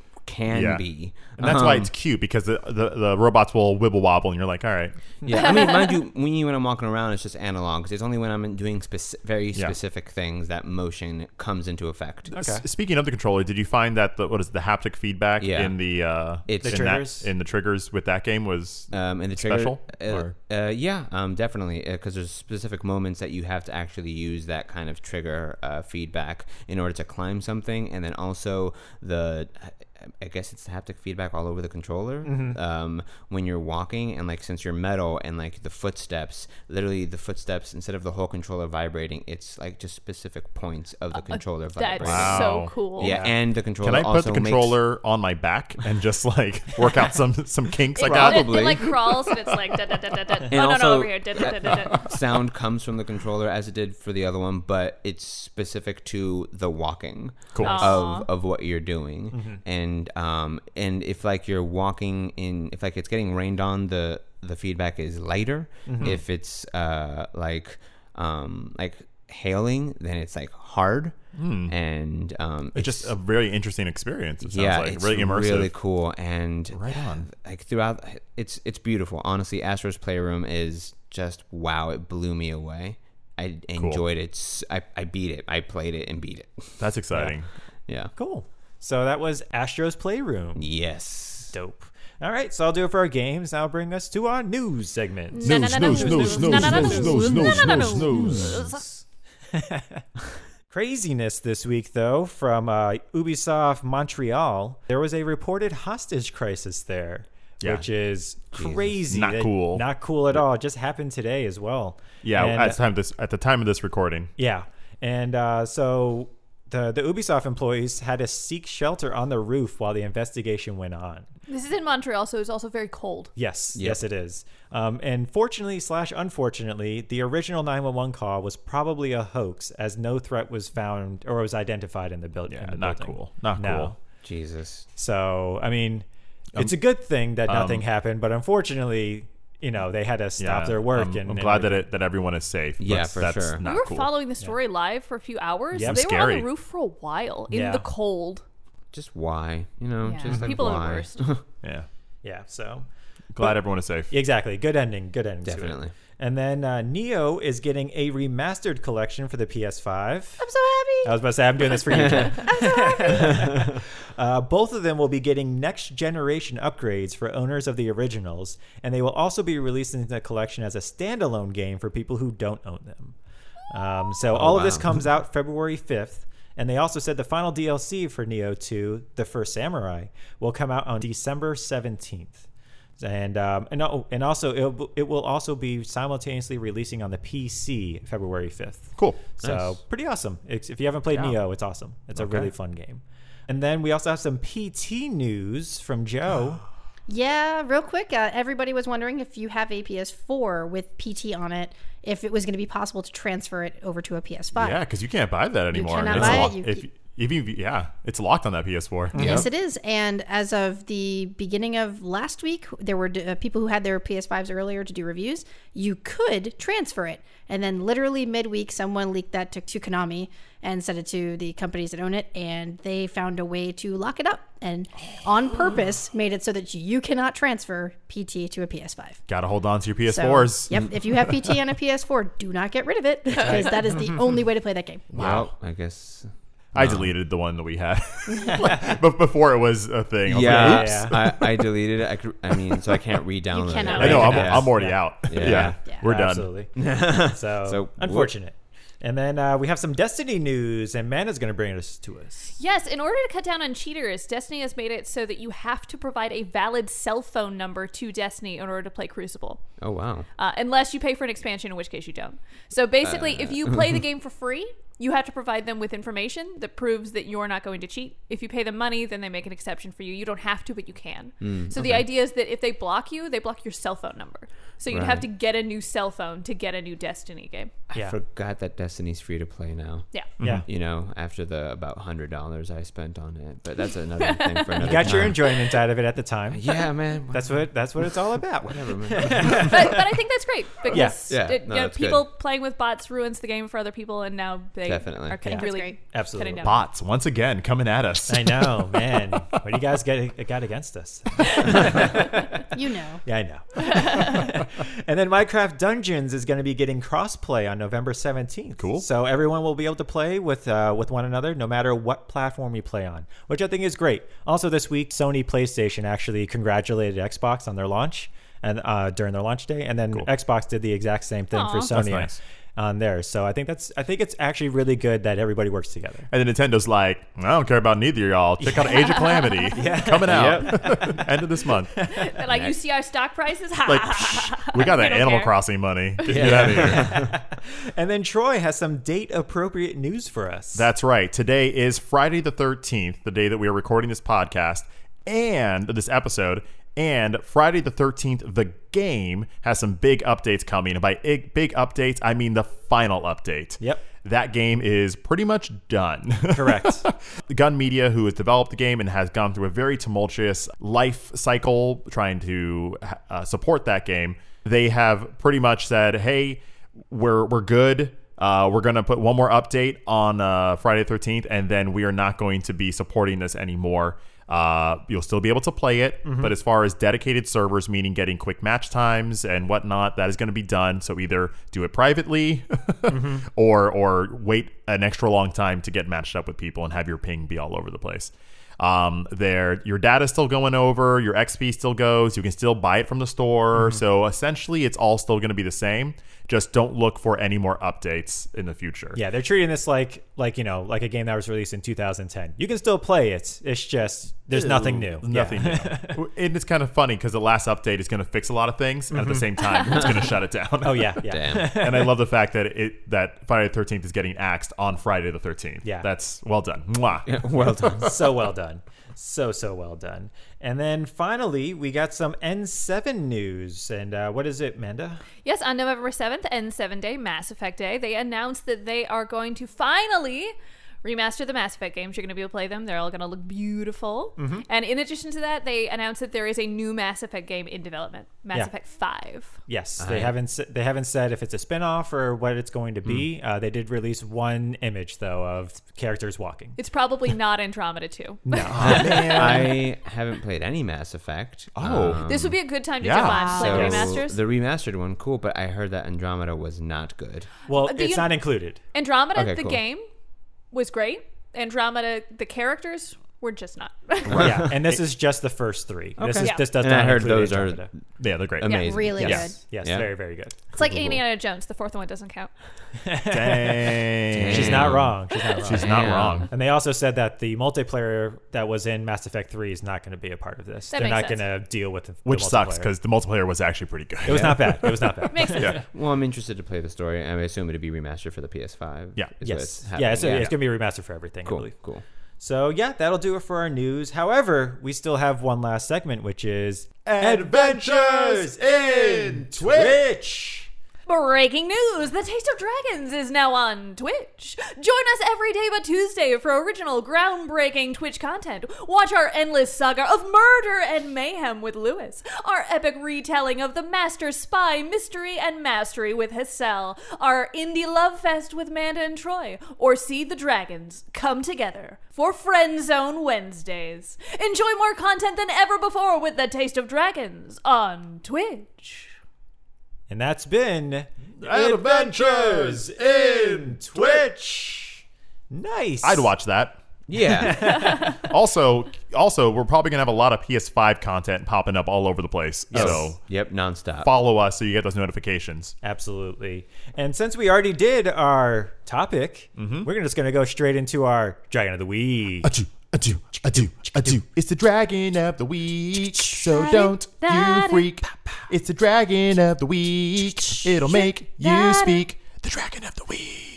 Speaker 5: can
Speaker 3: Yeah.
Speaker 5: be.
Speaker 3: And that's why
Speaker 5: Um,
Speaker 3: it's cute because the, the, the robots will wibble wobble, and you're like, all right,
Speaker 5: Um, yeah. I mean, mind you, when you when I'm walking around, it's just analog. 'cause It's only when I'm doing speci- very
Speaker 3: Yeah.
Speaker 5: specific things that motion comes into effect.
Speaker 3: S- speaking of the controller, did you find that the what is it, the haptic feedback
Speaker 5: Yeah.
Speaker 3: in the uh,
Speaker 5: It's- The
Speaker 3: in,
Speaker 2: triggers?
Speaker 3: That, in the triggers with that game was
Speaker 5: Um, and the
Speaker 3: Special, or-
Speaker 5: trigger, uh, uh, yeah, um, definitely, because there's specific moments that you have to actually use that kind of trigger uh, feedback in order to climb something, and then also the, I guess it's the haptic feedback all over the controller
Speaker 3: Mm-hmm.
Speaker 5: um, when you're walking, and like since you're metal and like the footsteps, literally the footsteps instead of the whole controller vibrating, it's like just specific points of the controller
Speaker 4: Uh, That's
Speaker 5: vibrating.
Speaker 3: Wow.
Speaker 4: so cool.
Speaker 5: Yeah, and the
Speaker 3: can
Speaker 5: controller.
Speaker 3: I put
Speaker 5: also
Speaker 3: the
Speaker 5: makes-
Speaker 3: controller on my back and just like work out some some kinks uh, I
Speaker 4: It,
Speaker 3: got?
Speaker 4: it, it,
Speaker 5: Probably.
Speaker 4: like crawls and it's like da da da da da. Oh no no
Speaker 5: also-
Speaker 4: over here da da da da. da.
Speaker 5: sound comes from the controller as it did for the other one, but it's specific to the walking
Speaker 3: Cool. Mm-hmm.
Speaker 5: of of what you're doing. And um and if like you're walking in if like it's getting rained on the the feedback is lighter.
Speaker 3: Mm-hmm.
Speaker 5: If it's uh like um like hailing, then it's like hard. And um
Speaker 3: It's Hmm. just a very interesting experience. It sounds
Speaker 5: yeah,
Speaker 3: like
Speaker 5: it's
Speaker 3: really immersive.
Speaker 5: really cool, and
Speaker 3: Right on.
Speaker 5: Like throughout, it's it's beautiful. Honestly, Astro's Playroom is just wow. It blew me away. I enjoyed it. s- I, I beat it. I played it and beat it.
Speaker 3: That's exciting.
Speaker 5: Yeah.
Speaker 2: Cool. So that was Astro's Playroom.
Speaker 5: Yes.
Speaker 2: Dope. All right, so I'll do it for our games. Now bring us to our news segment.
Speaker 4: No no no no no no no no no no.
Speaker 2: Craziness this week, though, from uh, Ubisoft Montreal. There was a reported hostage crisis there,
Speaker 3: Yeah.
Speaker 2: which is crazy.
Speaker 3: Not
Speaker 2: that-
Speaker 3: cool.
Speaker 2: Not cool at all. It just happened today as well.
Speaker 3: Yeah,
Speaker 2: And- uh,
Speaker 3: at the time this at the time of this recording,
Speaker 2: Yeah, and uh, so the the Ubisoft employees had to seek shelter on the roof while the investigation went on.
Speaker 4: This is in Montreal, so it's also very cold.
Speaker 2: Yes, yes, it is. Um, and fortunately slash unfortunately, the original 911 call was probably a hoax, as no threat was found or was identified in the, build- in the
Speaker 3: not
Speaker 2: building.
Speaker 3: cool. Not
Speaker 2: No.
Speaker 3: cool. Um,
Speaker 5: Jesus.
Speaker 2: So I mean, it's a good thing that nothing happened, but unfortunately, you know, they had to stop
Speaker 3: Yeah,
Speaker 2: their work.
Speaker 3: I'm,
Speaker 2: and
Speaker 3: I'm
Speaker 2: and-
Speaker 3: glad that it that everyone is safe.
Speaker 5: Yeah,
Speaker 3: that's,
Speaker 5: for
Speaker 3: that's
Speaker 5: sure.
Speaker 3: Not
Speaker 4: We were
Speaker 3: cool.
Speaker 4: following the story live for a few hours.
Speaker 2: Yep.
Speaker 4: They were on
Speaker 3: Scary.
Speaker 4: the roof for a while in
Speaker 2: Yeah.
Speaker 4: the cold.
Speaker 5: Just why? You know,
Speaker 4: Yeah.
Speaker 5: just like
Speaker 4: People
Speaker 5: why?
Speaker 4: are the worst.
Speaker 3: yeah,
Speaker 2: Yeah. So
Speaker 3: glad everyone is safe.
Speaker 2: Exactly. Good ending. Good ending. to it.
Speaker 5: Definitely.
Speaker 2: And then uh, Neo is getting a remastered collection for the PS5.
Speaker 6: I'm so happy.
Speaker 2: I was about to say, I'm doing this for you. Jen. uh, both of them will be getting next generation upgrades for owners of the originals, and they will also be released in the collection as a standalone game for people who don't own them. Um, so all of this
Speaker 5: wow.
Speaker 2: comes out February 5th, and they also said the final DLC for Neo 2, The First Samurai, will come out on December 17th. And um, and, oh, and also it, will- it will also be simultaneously releasing on the PC February 5th.
Speaker 3: Cool.
Speaker 2: So pretty awesome. It's, if you haven't played Neo, it's awesome. It's a really fun game. And then we also have some PT news from Joe.
Speaker 6: Yeah, real quick. Uh, everybody was wondering if you have a PS4 with PT on it, if it was going to be possible to transfer it over to a PS5.
Speaker 3: Yeah, because you can't buy that anymore.
Speaker 6: cannot
Speaker 3: It's
Speaker 6: buy it.
Speaker 3: locked-
Speaker 6: You
Speaker 3: if,
Speaker 6: ca-
Speaker 3: even if you- yeah, it's locked on that PS4.
Speaker 6: Yes, it is. And as of the beginning of last week, there were uh, people who had their PS5s earlier to do reviews. You could transfer it. And then, literally midweek, someone leaked that to, to Konami and sent it to the companies that own it. And they found a way to lock it up and
Speaker 5: Oh.
Speaker 6: on purpose made it so that you cannot transfer PT to a PS5.
Speaker 3: Gotta hold on to your
Speaker 6: So,
Speaker 3: PS4s.
Speaker 6: Yep. If you have PT on a PS4, do not get rid of it because that is the only way to play that game.
Speaker 5: Wow. I guess
Speaker 3: I deleted the one that we had, but before it was a thing. I was like,
Speaker 5: Yeah,
Speaker 3: "Oops."
Speaker 5: I, I deleted it. I, could, I mean, so I can't re-download it.
Speaker 6: cannot
Speaker 3: I know. I'm,
Speaker 5: Yeah.
Speaker 3: I'm already out. Yeah,
Speaker 5: Yeah.
Speaker 6: Yeah.
Speaker 3: we're done.
Speaker 2: Absolutely. so,
Speaker 5: So,
Speaker 2: unfortunate. And then uh, we have some Destiny news, and Mana's going to bring us to us.
Speaker 4: Yes, in order to cut down on cheaters, Destiny has made it so that you have to provide a valid cell phone number to Destiny in order to play Crucible.
Speaker 5: Oh wow.
Speaker 4: uh, unless you pay for an expansion, in which case you don't. So basically, if you play the game for free, you have to provide them with information that proves that you're not going to cheat. If you pay them money, then they make an exception for you. You don't have to, but you can.
Speaker 5: Hmm,
Speaker 4: so the idea is that if they block you, they block your cell phone number. So you'd have
Speaker 5: Right.
Speaker 4: to get a new cell phone to get a new Destiny game.
Speaker 2: Yeah.
Speaker 5: I forgot Mm-hmm. that Destiny's free to play now.
Speaker 4: Yeah.
Speaker 2: yeah.
Speaker 5: You know, after the about hundred dollars I spent on it, but that's another thing for another.
Speaker 2: You got your
Speaker 5: time.
Speaker 2: enjoyment out of it at the time.
Speaker 5: Yeah, man.
Speaker 2: That's what that's what it's all about.
Speaker 5: whatever, man.
Speaker 4: But, but I think that's great because
Speaker 5: Yeah. Yeah.
Speaker 4: it-
Speaker 5: No,
Speaker 4: you know,
Speaker 5: that's good.
Speaker 4: people playing with bots ruins the game for other people, and now they
Speaker 5: Definitely.
Speaker 4: are
Speaker 5: Yeah.
Speaker 4: cutting
Speaker 6: That's
Speaker 4: really
Speaker 6: great.
Speaker 2: Absolutely.
Speaker 4: cutting down.
Speaker 3: Bots once again coming at us.
Speaker 2: I know, man. What do you guys get got against us?
Speaker 6: You know.
Speaker 2: Yeah, I know. and then Minecraft Dungeons is going to be getting crossplay on November 17th.
Speaker 3: Cool.
Speaker 2: So everyone will be able to play with uh, with one another no matter what platform you play on, which I think is great. Also this week Sony PlayStation actually congratulated Xbox on their launch and uh, during their launch day and then Xbox did the exact same thing for
Speaker 4: Aw.
Speaker 2: Sony
Speaker 4: That's
Speaker 3: nice.
Speaker 2: on theirs. So I think that's I think it's actually really good that everybody works together.
Speaker 3: And then Nintendo's like, I don't care about neither of y'all. Check out Age of Calamity coming out end of this month.
Speaker 4: They're like, you see our stock prices? Ha!
Speaker 3: Like, psh, we got that
Speaker 4: don't
Speaker 3: Animal
Speaker 4: care.
Speaker 3: Crossing money. Get out of here.
Speaker 2: And then Troy has some date appropriate news for us.
Speaker 3: That's right. Today is Friday the 13th, the day that we are recording this podcast and this episode. And Friday the 13th, the game has some big updates coming. And by ig- big updates, I mean the final update.
Speaker 2: Yep.
Speaker 3: That game is pretty much done.
Speaker 2: correct.
Speaker 3: Gun Media, who has developed the game and has gone through a very tumultuous life cycle trying to uh, support that game, they have pretty much said, "Hey, we're we're good. Uh, we're gonna put one more update on uh, Friday the 13th, and then we are not going to be supporting this anymore." Uh, you'll still be able to play it, but as far as dedicated servers, meaning getting quick match times and whatnot, that is going to be done. So either do it privately, or or wait an extra long time to get matched up with people and have your ping be all over the place. Um, there, your data's still going over, your XP still goes. You can still buy it from the store. So essentially, it's all still going to be the same. Just don't look for any more updates in the future.
Speaker 2: Yeah, they're treating this like like you know like a game that was released in 2010. You can still play it. It's just there's nothing new.
Speaker 3: Nothing
Speaker 2: Yeah.
Speaker 3: new. and it's kind of funny because the last update is going to fix a lot of things, and at the same time, it's going to shut it down.
Speaker 2: Mm-hmm. Oh yeah, yeah.
Speaker 5: Damn.
Speaker 3: and I love the fact that it that Friday the Thirteenth is getting axed on Friday the Thirteenth.
Speaker 2: Yeah.
Speaker 3: that's well done. Mwah.
Speaker 5: well done.
Speaker 2: So well done. So so well done. And then finally, we got some N7 news. And uh, what is it, Manda?
Speaker 4: Yes, on November 7th and 7 Day, Mass Effect Day, they announced that they are going to finally remaster the Mass Effect games. You're going to be able to play them. They're all going to look beautiful.
Speaker 5: Mm-hmm.
Speaker 4: And in addition to that, they announced that there is a new Mass Effect game in development, Mass
Speaker 2: Yeah.
Speaker 4: Effect 5.
Speaker 2: Yes, they haven't s- they haven't said if it's a spinoff or what it's going to be. Uh, they did release one image though of characters walking.
Speaker 4: It's probably not Andromeda 2.
Speaker 2: Oh,
Speaker 5: I haven't played any Mass Effect. Um,
Speaker 3: Oh.
Speaker 4: this would be a good time to
Speaker 3: Yeah.
Speaker 4: jump on play the remasters.
Speaker 5: so the remastered one, cool. But I heard that Andromeda was not good.
Speaker 2: Well,
Speaker 4: the-
Speaker 2: it's not included.
Speaker 4: Andromeda,
Speaker 5: Okay,
Speaker 4: the
Speaker 5: cool.
Speaker 4: game, was great. Andromeda, the characters, were just not.
Speaker 2: Yeah, and this is just the first three. This is
Speaker 4: Yeah.
Speaker 2: this does
Speaker 5: And
Speaker 2: not
Speaker 5: I heard
Speaker 2: include
Speaker 5: those
Speaker 2: Andromeda.
Speaker 5: are
Speaker 3: Yeah, they're great.
Speaker 5: amazing.
Speaker 6: Really
Speaker 5: yes.
Speaker 2: Yes,
Speaker 5: Yeah.
Speaker 2: very very good.
Speaker 4: it's like Indiana Jones. The fourth one doesn't count.
Speaker 3: Dang.
Speaker 2: She's not wrong. She's not wrong.
Speaker 3: She's not
Speaker 5: Damn.
Speaker 3: wrong.
Speaker 2: And they also said that the multiplayer that was in Mass Effect 3 is not going to be a part of this.
Speaker 4: That
Speaker 2: They're
Speaker 4: makes
Speaker 2: not
Speaker 4: sense.
Speaker 2: going to deal with the, the
Speaker 3: Which sucks
Speaker 2: multiplayer.
Speaker 3: because the multiplayer was actually pretty good.
Speaker 2: it was not bad. It was not bad.
Speaker 4: Makes sense.
Speaker 5: Well, I'm interested to play the story. I assume it'd be remastered for the PS5.
Speaker 3: Yeah.
Speaker 5: is what's
Speaker 2: yes.
Speaker 5: happening.
Speaker 2: Yeah, it's, it's going to be remastered for everything, I
Speaker 5: cool.
Speaker 2: believe.
Speaker 5: Cool.
Speaker 2: So, yeah, that'll do it for our news. However, we still have one last segment, which is
Speaker 3: Adventures in Twitch.
Speaker 4: Breaking news! The Taste of Dragons is now on Twitch. Join us every day but Tuesday for original, groundbreaking Twitch content. Watch our endless saga of murder and mayhem with Lewis, our epic retelling of the Master Spy Mystery and Mastery with Hassel, our indie love fest with Manda and Troy, or see the dragons come together for Friend Zone Wednesdays. Enjoy more content than ever before with the Taste of Dragons on Twitch.
Speaker 2: And that's been
Speaker 3: Adventures in Twitch.
Speaker 2: Nice.
Speaker 3: I'd watch that.
Speaker 5: Yeah.
Speaker 3: Also, also, we're probably gonna have a lot of PS5 content popping up all over the place. So
Speaker 5: yep. Nonstop.
Speaker 3: follow us so you get those notifications.
Speaker 2: Absolutely. And since we already did our topic, we're gonna- just going to go straight into our Dragon of the Week.
Speaker 3: do, I do, I do, I do. It's the dragon of the week, so don't you freak. It's the dragon of the week. It'll make you speak. The dragon of the week.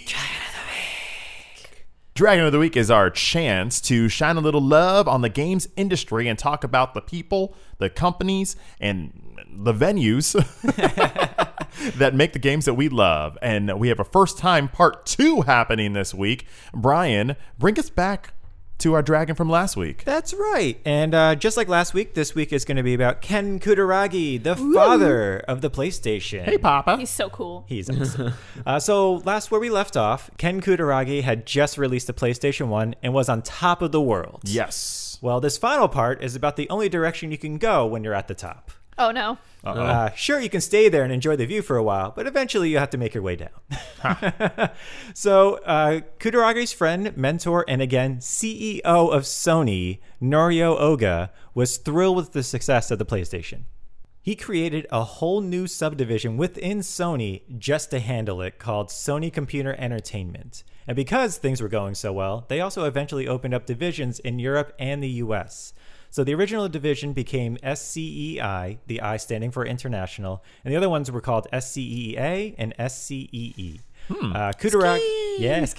Speaker 3: Dragon of the Week is our chance to shine a little love on the games industry and talk about the people, the companies, and the venues that make the games that we love. And we have a first time part two happening this week. Brian, bring us back to our dragon from last week.
Speaker 2: That's right. And uh, just like last week, this week is going to be about Ken Kutaragi, the father of the PlayStation.
Speaker 3: Hey, Papa.
Speaker 4: He's so cool.
Speaker 2: He's awesome. uh, so last where we left off, Ken Kutaragi had just released the PlayStation 1 and was on top of the world.
Speaker 3: yes.
Speaker 2: Well, this final part is about the only direction you can go when you're at the top.
Speaker 4: Oh no.
Speaker 2: Uh, sure, you can stay there and enjoy the view for a while, but eventually you have to make your way down. so, uh, Kutaragi's friend, mentor, and again, CEO of Sony, Norio Oga, was thrilled with the success of the PlayStation. He created a whole new subdivision within Sony just to handle it called Sony Computer Entertainment. And because things were going so well, they also eventually opened up divisions in Europe and the US. So the original division became SCEI, the I standing for international, and the other ones were called SCEA E and SCEE. Uh, Kutaragi, yes,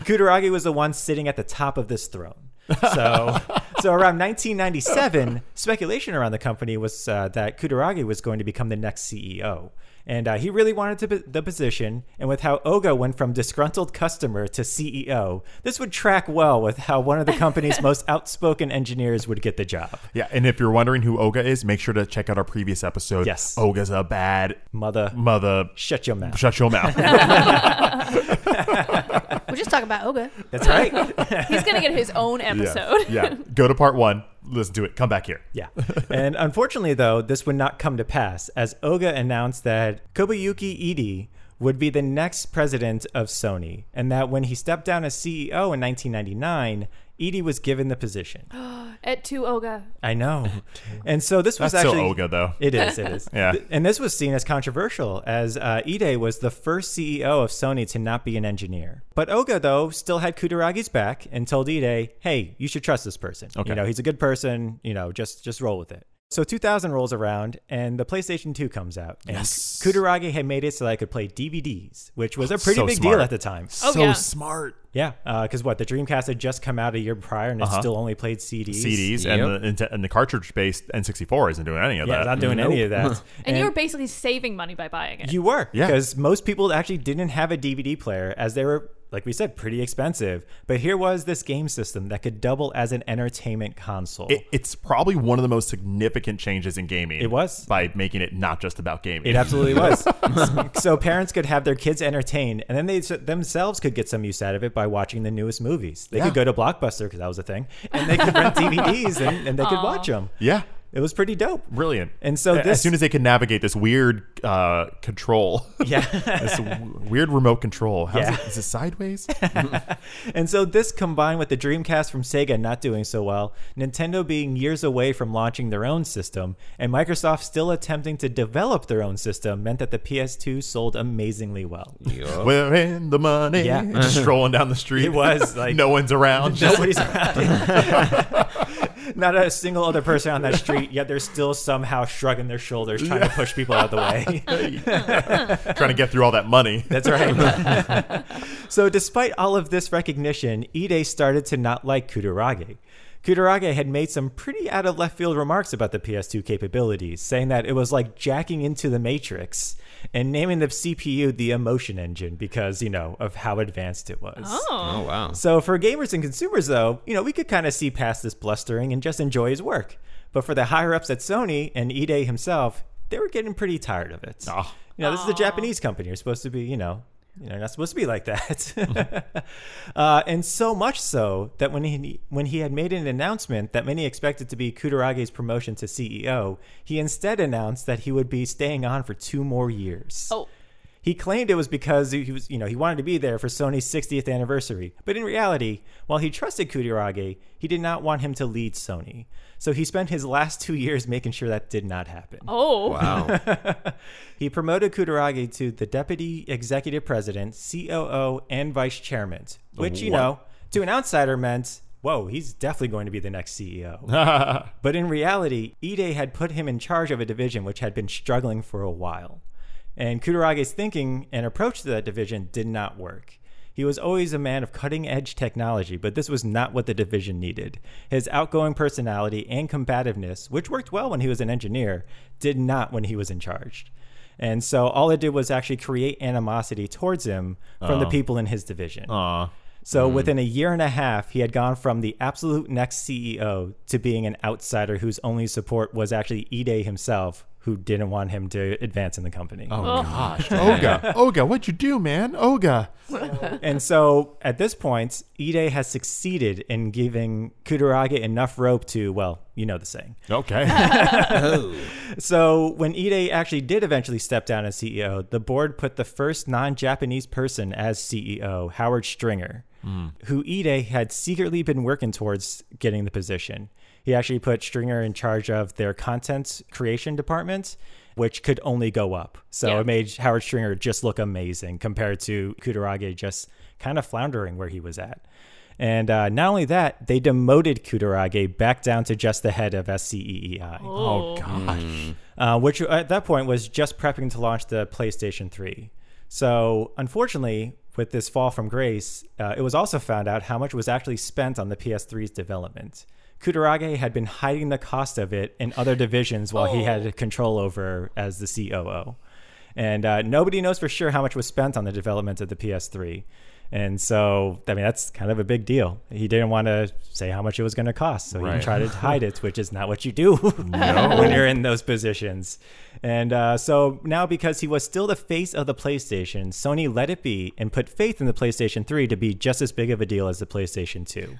Speaker 2: Kutaragi was the one sitting at the top of this throne. So, so around 1997, speculation around the company was uh, that Kutaragi was going to become the next CEO. And uh, he really wanted to be- the position. And with how Oga went from disgruntled customer to CEO, this would track well with how one of the company's most outspoken engineers would get the job.
Speaker 3: Yeah, and if you're wondering who Oga is, make sure to check out our previous episode.
Speaker 2: Yes.
Speaker 3: Oga's a bad
Speaker 2: Mother,
Speaker 3: mother.
Speaker 2: shut your mouth.
Speaker 3: Shut your mouth.
Speaker 6: We're just talking about Oga.
Speaker 2: That's right.
Speaker 4: He's gonna get his own episode.
Speaker 3: Yeah. yeah. Go to part one, listen to it, come back here.
Speaker 2: Yeah. and unfortunately, though, this would not come to pass as Oga announced that Kobayuki Ide would be the next president of Sony, and that when he stepped down as CEO in 1999, Edie was given the position.
Speaker 4: At two Oga.
Speaker 2: I know. And so this was
Speaker 3: That's so
Speaker 2: actually
Speaker 3: Oga, though.
Speaker 2: It is. It is.
Speaker 3: Yeah.
Speaker 2: Th- And this was seen as controversial, as uh, Ide was the first CEO of Sony to not be an engineer. But Oga, though, still had Kutaragi's back and told Ide, "Hey, you should trust this person.
Speaker 3: Okay.
Speaker 2: You know, he's a good person. You know, just just roll with it." So 2000 rolls around and the PlayStation 2 comes out. And
Speaker 3: Yes. Oh,
Speaker 2: Kutaragi had made it so that I could play DVDs, which was a pretty
Speaker 3: So
Speaker 2: big
Speaker 3: smart.
Speaker 2: deal at the time.
Speaker 4: Oh,
Speaker 3: so
Speaker 4: yeah.
Speaker 3: smart.
Speaker 2: Yeah, because what the Dreamcast had just come out a year prior and it
Speaker 3: Uh-huh.
Speaker 2: still only played CDs.
Speaker 3: CDs
Speaker 5: Yep.
Speaker 3: and the and the cartridge based N64 isn't doing any of
Speaker 2: Yeah,
Speaker 3: that.
Speaker 2: it's not doing any of that.
Speaker 4: And, you were basically saving money by buying it.
Speaker 2: You were,
Speaker 3: Yeah.
Speaker 2: because most people actually didn't have a DVD player, as they were, like we said, pretty expensive. But here was this game system that could double as an entertainment console.
Speaker 3: It- it's probably one of the most significant changes in gaming.
Speaker 2: It was.
Speaker 3: by making it not just about gaming.
Speaker 2: It absolutely was. so parents could have their kids entertained, and then they s- themselves could get some use out of it by watching the newest movies. They
Speaker 3: Yeah.
Speaker 2: could go to Blockbuster because that was a thing, and they could rent DVDs and, and they could watch them.
Speaker 3: yeah,
Speaker 2: It was pretty dope.
Speaker 3: brilliant.
Speaker 2: And so
Speaker 3: A- as
Speaker 2: this-
Speaker 3: soon as they can navigate this weird uh, control,
Speaker 2: Yeah.
Speaker 3: this w- weird remote control. How's
Speaker 2: Yeah.
Speaker 3: it, is it sideways?
Speaker 2: And so this combined with the Dreamcast from Sega not doing so well, Nintendo being years away from launching their own system, and Microsoft still attempting to develop their own system meant that the PS2 sold amazingly well.
Speaker 5: Yup.
Speaker 3: We're in the money.
Speaker 2: Yeah.
Speaker 3: just strolling down the street.
Speaker 2: It was, like-
Speaker 3: no one's around. Just
Speaker 2: Nobody's Not a single other person on that street, yet they're still somehow shrugging their shoulders trying to push people out of the way.
Speaker 3: trying to get through all that money.
Speaker 2: That's right. so, despite all of this recognition, Ide started to not like Kutarage. Kutarage had made some pretty out of left field remarks about the PS2 capabilities, saying that it was like jacking into the Matrix and naming the CPU the emotion engine because, you know, of how advanced it was.
Speaker 5: Oh wow.
Speaker 2: So for gamers and consumers, though, you know, we could kind of see past this blustering and just enjoy his work. But for the higher ups at Sony and Ide himself, they were getting pretty tired of it.
Speaker 3: Ah.
Speaker 2: You know, this is a Japanese company. You're supposed to be, you know, you know, you're not supposed to be like that. uh, and so much so that when he when he had made an announcement that many expected to be Kutarage's promotion E to CEO, he instead announced that he would be staying on for two more years.
Speaker 4: Oh.
Speaker 2: He claimed it was because he was, you know, he wanted to be there for Sony's 60th anniversary. But in reality, while he trusted Kudirage, he did not want him to lead Sony. So he spent his last two years making sure that did not happen.
Speaker 4: Oh,
Speaker 5: Wow.
Speaker 2: He promoted Kutaragi to the deputy executive president, COO, and vice chairman, which, you know, to an outsider meant, whoa, he's definitely going to be the next E CEO. but in reality, Ide had put him in charge of a division which had been struggling for a while. And Kutarage's thinking and approach to that division did not work. He was always a man of cutting edge technology, but this was not what the division needed. His outgoing personality and combativeness, which worked well when he was an engineer, did not when he was in charge. And so all it did was actually create animosity towards him from the people in his division. So within a year and a half, he had gone from the absolute next CEO to being an outsider whose only support was actually Ide himself, who didn't want him to advance in the company.
Speaker 3: Gosh, Oga, Oga, what'd you do, man? Oga.
Speaker 2: And so at this point, Ide has succeeded in giving Kutarage enough rope to, well, you know the saying.
Speaker 3: Okay.
Speaker 2: So when Ide actually did eventually step down as CEO, the board put the first non-Japanese person as CEO, Howard Stringer, who Ide had secretly been working towards getting the position. He actually put Stringer in charge of their content creation department, which could only go up. So
Speaker 4: Yeah.
Speaker 2: it made Howard Stringer just look amazing compared to Kutarage just kind of floundering where he was at. And uh, not only that, they demoted Kutarage back down to just the head of E SCEEI
Speaker 3: oh gosh.
Speaker 2: uh, which at that point was just prepping to launch the PlayStation 3. So, unfortunately, with this fall from grace, uh, it was also found out how much was actually spent on the PS3's development. Kutarage had been hiding the cost of it in other divisions while he had control over as the COO. And uh, nobody knows for sure how much was spent on the development of the PS3. And so, I mean, that's kind of a big deal. He didn't want to say how much it was going to cost. So
Speaker 3: Right.
Speaker 2: he tried to hide it, which is not what you do when you're in those positions. And uh, so now, because he was still the face of the PlayStation, Sony let it be and put faith in the PlayStation 3 to be just as big of a deal as the PlayStation 2.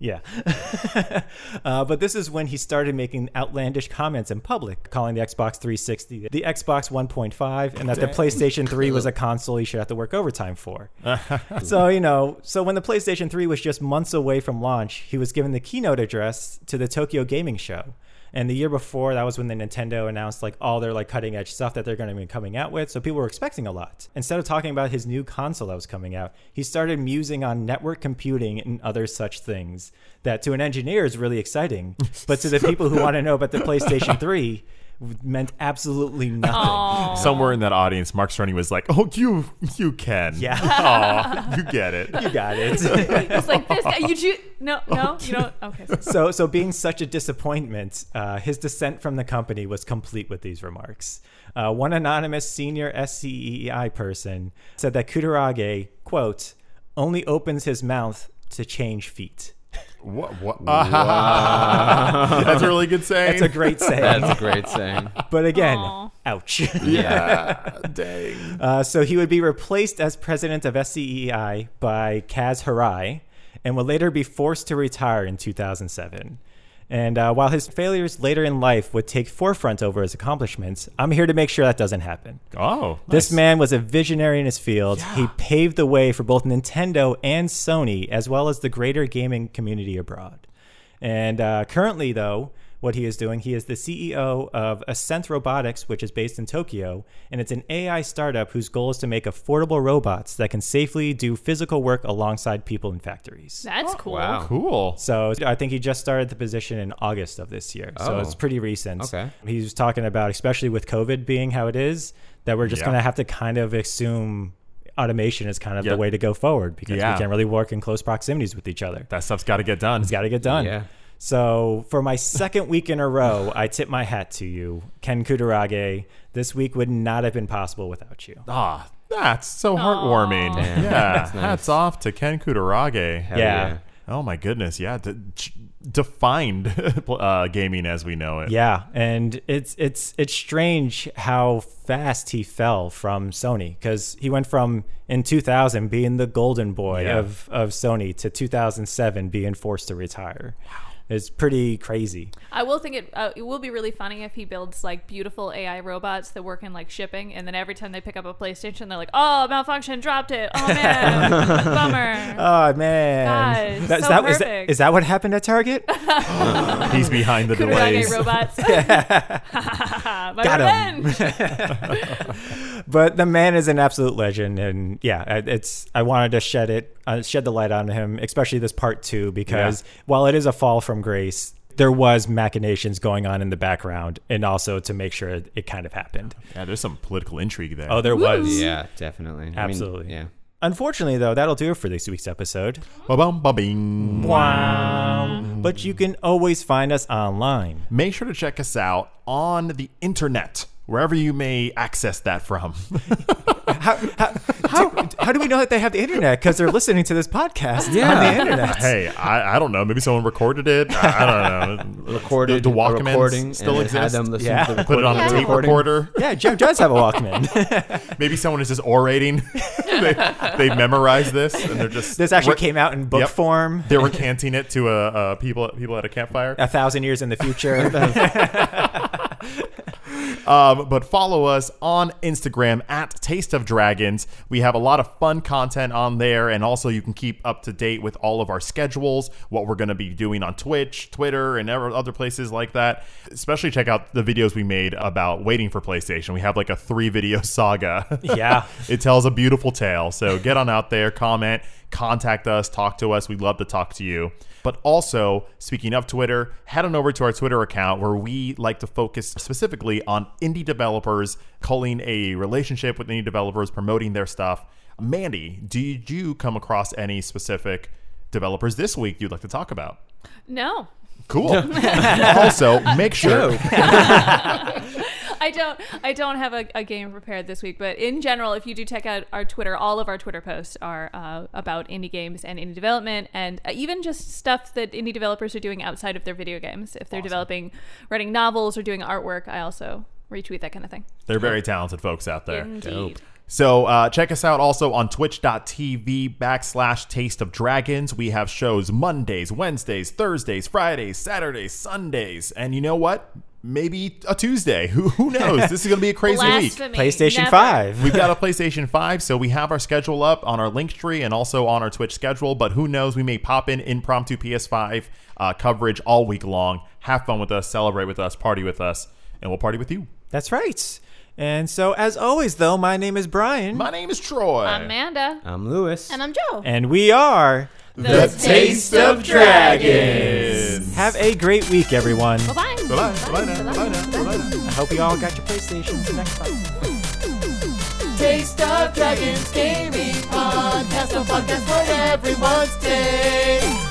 Speaker 2: Yeah. uh, but this is when he started making outlandish comments in public, calling the Xbox 360 the Xbox 1.5, and that the PlayStation 3 was a console he should have to work overtime for. so, you know, so when the PlayStation 3 was just months away from launch, he was given the keynote address to the Tokyo Gaming Show. And the year before, that was when the Nintendo announced like all their like cutting edge stuff that they're going to be coming out with. So people were expecting a lot. Instead of talking about his new console that was coming out, he started musing on network computing and other such things that to an engineer is really exciting, but to the people who want to know about the PlayStation 3 meant absolutely nothing.
Speaker 3: Somewhere in that audience, Mark Cerny was like, "Oh, you, you can.
Speaker 2: Yeah.
Speaker 3: Aw, you get it.
Speaker 2: You got it.
Speaker 4: it's like this guy. You ju- no, no, you don't. Okay, so-
Speaker 2: so, so being such a disappointment, uh, his dissent from the company was complete with these remarks. Uh, one anonymous senior SCEI person said that Kutarage, quote, only opens his mouth to change feet.
Speaker 3: What? what? That's a really good saying.
Speaker 2: That's a great saying,
Speaker 5: That's a great saying.
Speaker 2: but again,
Speaker 4: Aw.
Speaker 2: ouch.
Speaker 3: Yeah. Dang.
Speaker 2: Uh, so he would be replaced as president of SCEI by Kaz Harai and would later be forced to retire in 2007. And uh, while his failures later in life would take forefront over his accomplishments, I'm here to make sure that doesn't happen.
Speaker 3: Oh,
Speaker 2: This man was a visionary in his field. He paved the way for both Nintendo and Sony, as well as the greater gaming community abroad. And uh, currently, though, what he is doing, he is the CEO of Ascent Robotics, which is based in Tokyo, and it's an AI startup whose goal is to make affordable robots that can safely do physical work alongside people in factories.
Speaker 4: that's cool.
Speaker 5: Wow.
Speaker 3: cool.
Speaker 2: So I think he just started the position in August of this year. So
Speaker 5: Oh.
Speaker 2: it's pretty recent.
Speaker 5: Okay.
Speaker 2: He was talking about, especially with COVID being how it is, that we're just
Speaker 3: Yeah.
Speaker 2: going to have to kind of assume automation is kind of
Speaker 3: Yeah.
Speaker 2: the way to go forward because
Speaker 3: Yeah.
Speaker 2: we can't really work in close proximities with each other.
Speaker 3: That stuff's got to get done.
Speaker 2: It's got to get done.
Speaker 5: Yeah.
Speaker 2: So for my second week in a row, I tip my hat to you, Ken Kutarage. This week would not have been possible without you.
Speaker 3: Ah, that's so heartwarming.
Speaker 5: Damn,
Speaker 3: Yeah.
Speaker 5: that's nice.
Speaker 3: Hats off to Ken Kutarage.
Speaker 5: Hell
Speaker 2: Yeah.
Speaker 3: Oh my goodness. Yeah. De- ch- defined uh, gaming as we know it.
Speaker 2: Yeah, and it's it's it's strange how fast he fell from Sony because he went from in 2000 being the golden boy
Speaker 3: Yeah.
Speaker 2: of of Sony to 2007 being forced to retire. It's pretty crazy.
Speaker 4: I will think it uh, it will be really funny if he builds like beautiful AI robots that work in like shipping, and then every time they pick up a PlayStation, they're like, "Oh, malfunction, dropped it. Oh man, bummer."
Speaker 2: Oh man,
Speaker 4: God,
Speaker 2: That- is
Speaker 4: so
Speaker 2: that is that,
Speaker 4: perfect.
Speaker 2: is that what happened at Target?
Speaker 3: He's behind the
Speaker 4: Kudarage
Speaker 3: delays.
Speaker 4: robots. My
Speaker 2: Got 'em.
Speaker 4: revenge.
Speaker 2: but the man is an absolute legend, and yeah, I- it's I wanted to shed it, uh, shed the light on him, especially this part two, because while it is a fall from grace, there was machinations going on in the background, and also to make sure it kind of happened.
Speaker 3: Yeah, there's some political intrigue there.
Speaker 2: Oh, there was.
Speaker 5: Yeah, definitely. I mean,
Speaker 2: Absolutely.
Speaker 5: yeah.
Speaker 2: Unfortunately, though, that'll do it for this week's episode.
Speaker 3: Ba-bum, ba-bing.
Speaker 2: But you can always find us online.
Speaker 3: Make sure to check us out on the internet, wherever you may access that from.
Speaker 2: How, how do we know that they have the internet? Because they're listening to this podcast on
Speaker 5: Yeah.
Speaker 2: the internet.
Speaker 3: hey, I, I don't know. Maybe someone recorded it. I, I don't know.
Speaker 5: Recorded
Speaker 3: the,
Speaker 5: a
Speaker 3: the Walkmans
Speaker 5: recording
Speaker 3: still
Speaker 5: and then had
Speaker 3: exist.
Speaker 5: them listen
Speaker 2: Yeah.
Speaker 5: to the
Speaker 3: Put it on a
Speaker 5: recording.
Speaker 3: tape recorder.
Speaker 2: Yeah, Jeff does have a Walkman.
Speaker 3: Maybe someone is just orating. they, they memorized this and they're just
Speaker 2: this actually
Speaker 3: re-
Speaker 2: came out in book
Speaker 3: Yep.
Speaker 2: form.
Speaker 3: They're recanting it to uh, uh, people people at a campfire.
Speaker 2: a thousand years in the future.
Speaker 3: Um, but follow us on Instagram at Taste of Dragons. We have a lot of fun content on there, and also you can keep up to date with all of our schedules, what we're going to be doing on Twitch, Twitter, and ever- other places like that. Especially check out the videos we made about waiting for PlayStation. We have like a three video saga.
Speaker 2: yeah.
Speaker 3: it tells a beautiful tale. So get on out there, comment, contact us, talk to us. We'd love to talk to you. But also, speaking of Twitter, head on over to our Twitter account where we like to focus specifically on indie developers, calling a relationship with indie developers, promoting their stuff. Mandy, did you come across any specific developers this week you'd like to talk about?
Speaker 4: No,
Speaker 3: Cool. also, make sure.
Speaker 4: I don't. I don't have a, a game prepared this week, but in general, if you do check out our Twitter, all of our Twitter posts are uh, about indie games and indie development, and uh, even just stuff that indie developers are doing outside of their video games. If they're developing, writing novels, or doing artwork, I also retweet that kind of thing.
Speaker 3: They're very talented folks out there.
Speaker 4: Indeed.
Speaker 3: So uh, check us out also on twitch.tv backslash taste of dragons. We have shows Mondays, Wednesdays, Thursdays, Fridays, Saturdays, Sundays, and you know what? Maybe a Tuesday. Who, who knows? This is going to be a crazy week.
Speaker 4: Blasphemy.
Speaker 2: PlayStation
Speaker 4: Never.
Speaker 2: 5.
Speaker 3: We've got a PlayStation 5, so we have our schedule up on our link tree and also on our Twitch schedule. But who knows? We may pop in impromptu PS5 uh, coverage all week long. Have fun with us, celebrate with us, party with us, and we'll party with you.
Speaker 2: That's right. And so, as always, though, my name is Brian.
Speaker 3: My name is Troy.
Speaker 4: Amanda.
Speaker 5: I'm Lewis.
Speaker 6: And I'm Joe.
Speaker 2: and we are.
Speaker 3: The Taste of Dragons.
Speaker 2: Have a great week, everyone.
Speaker 4: Bye.
Speaker 3: Bye-bye. Bye-bye now. Bye-bye now. Bye-bye now.
Speaker 2: I hope you all got your PlayStations next time.
Speaker 1: Taste of Dragons Gaming Podcast, a podcast for everyone's taste.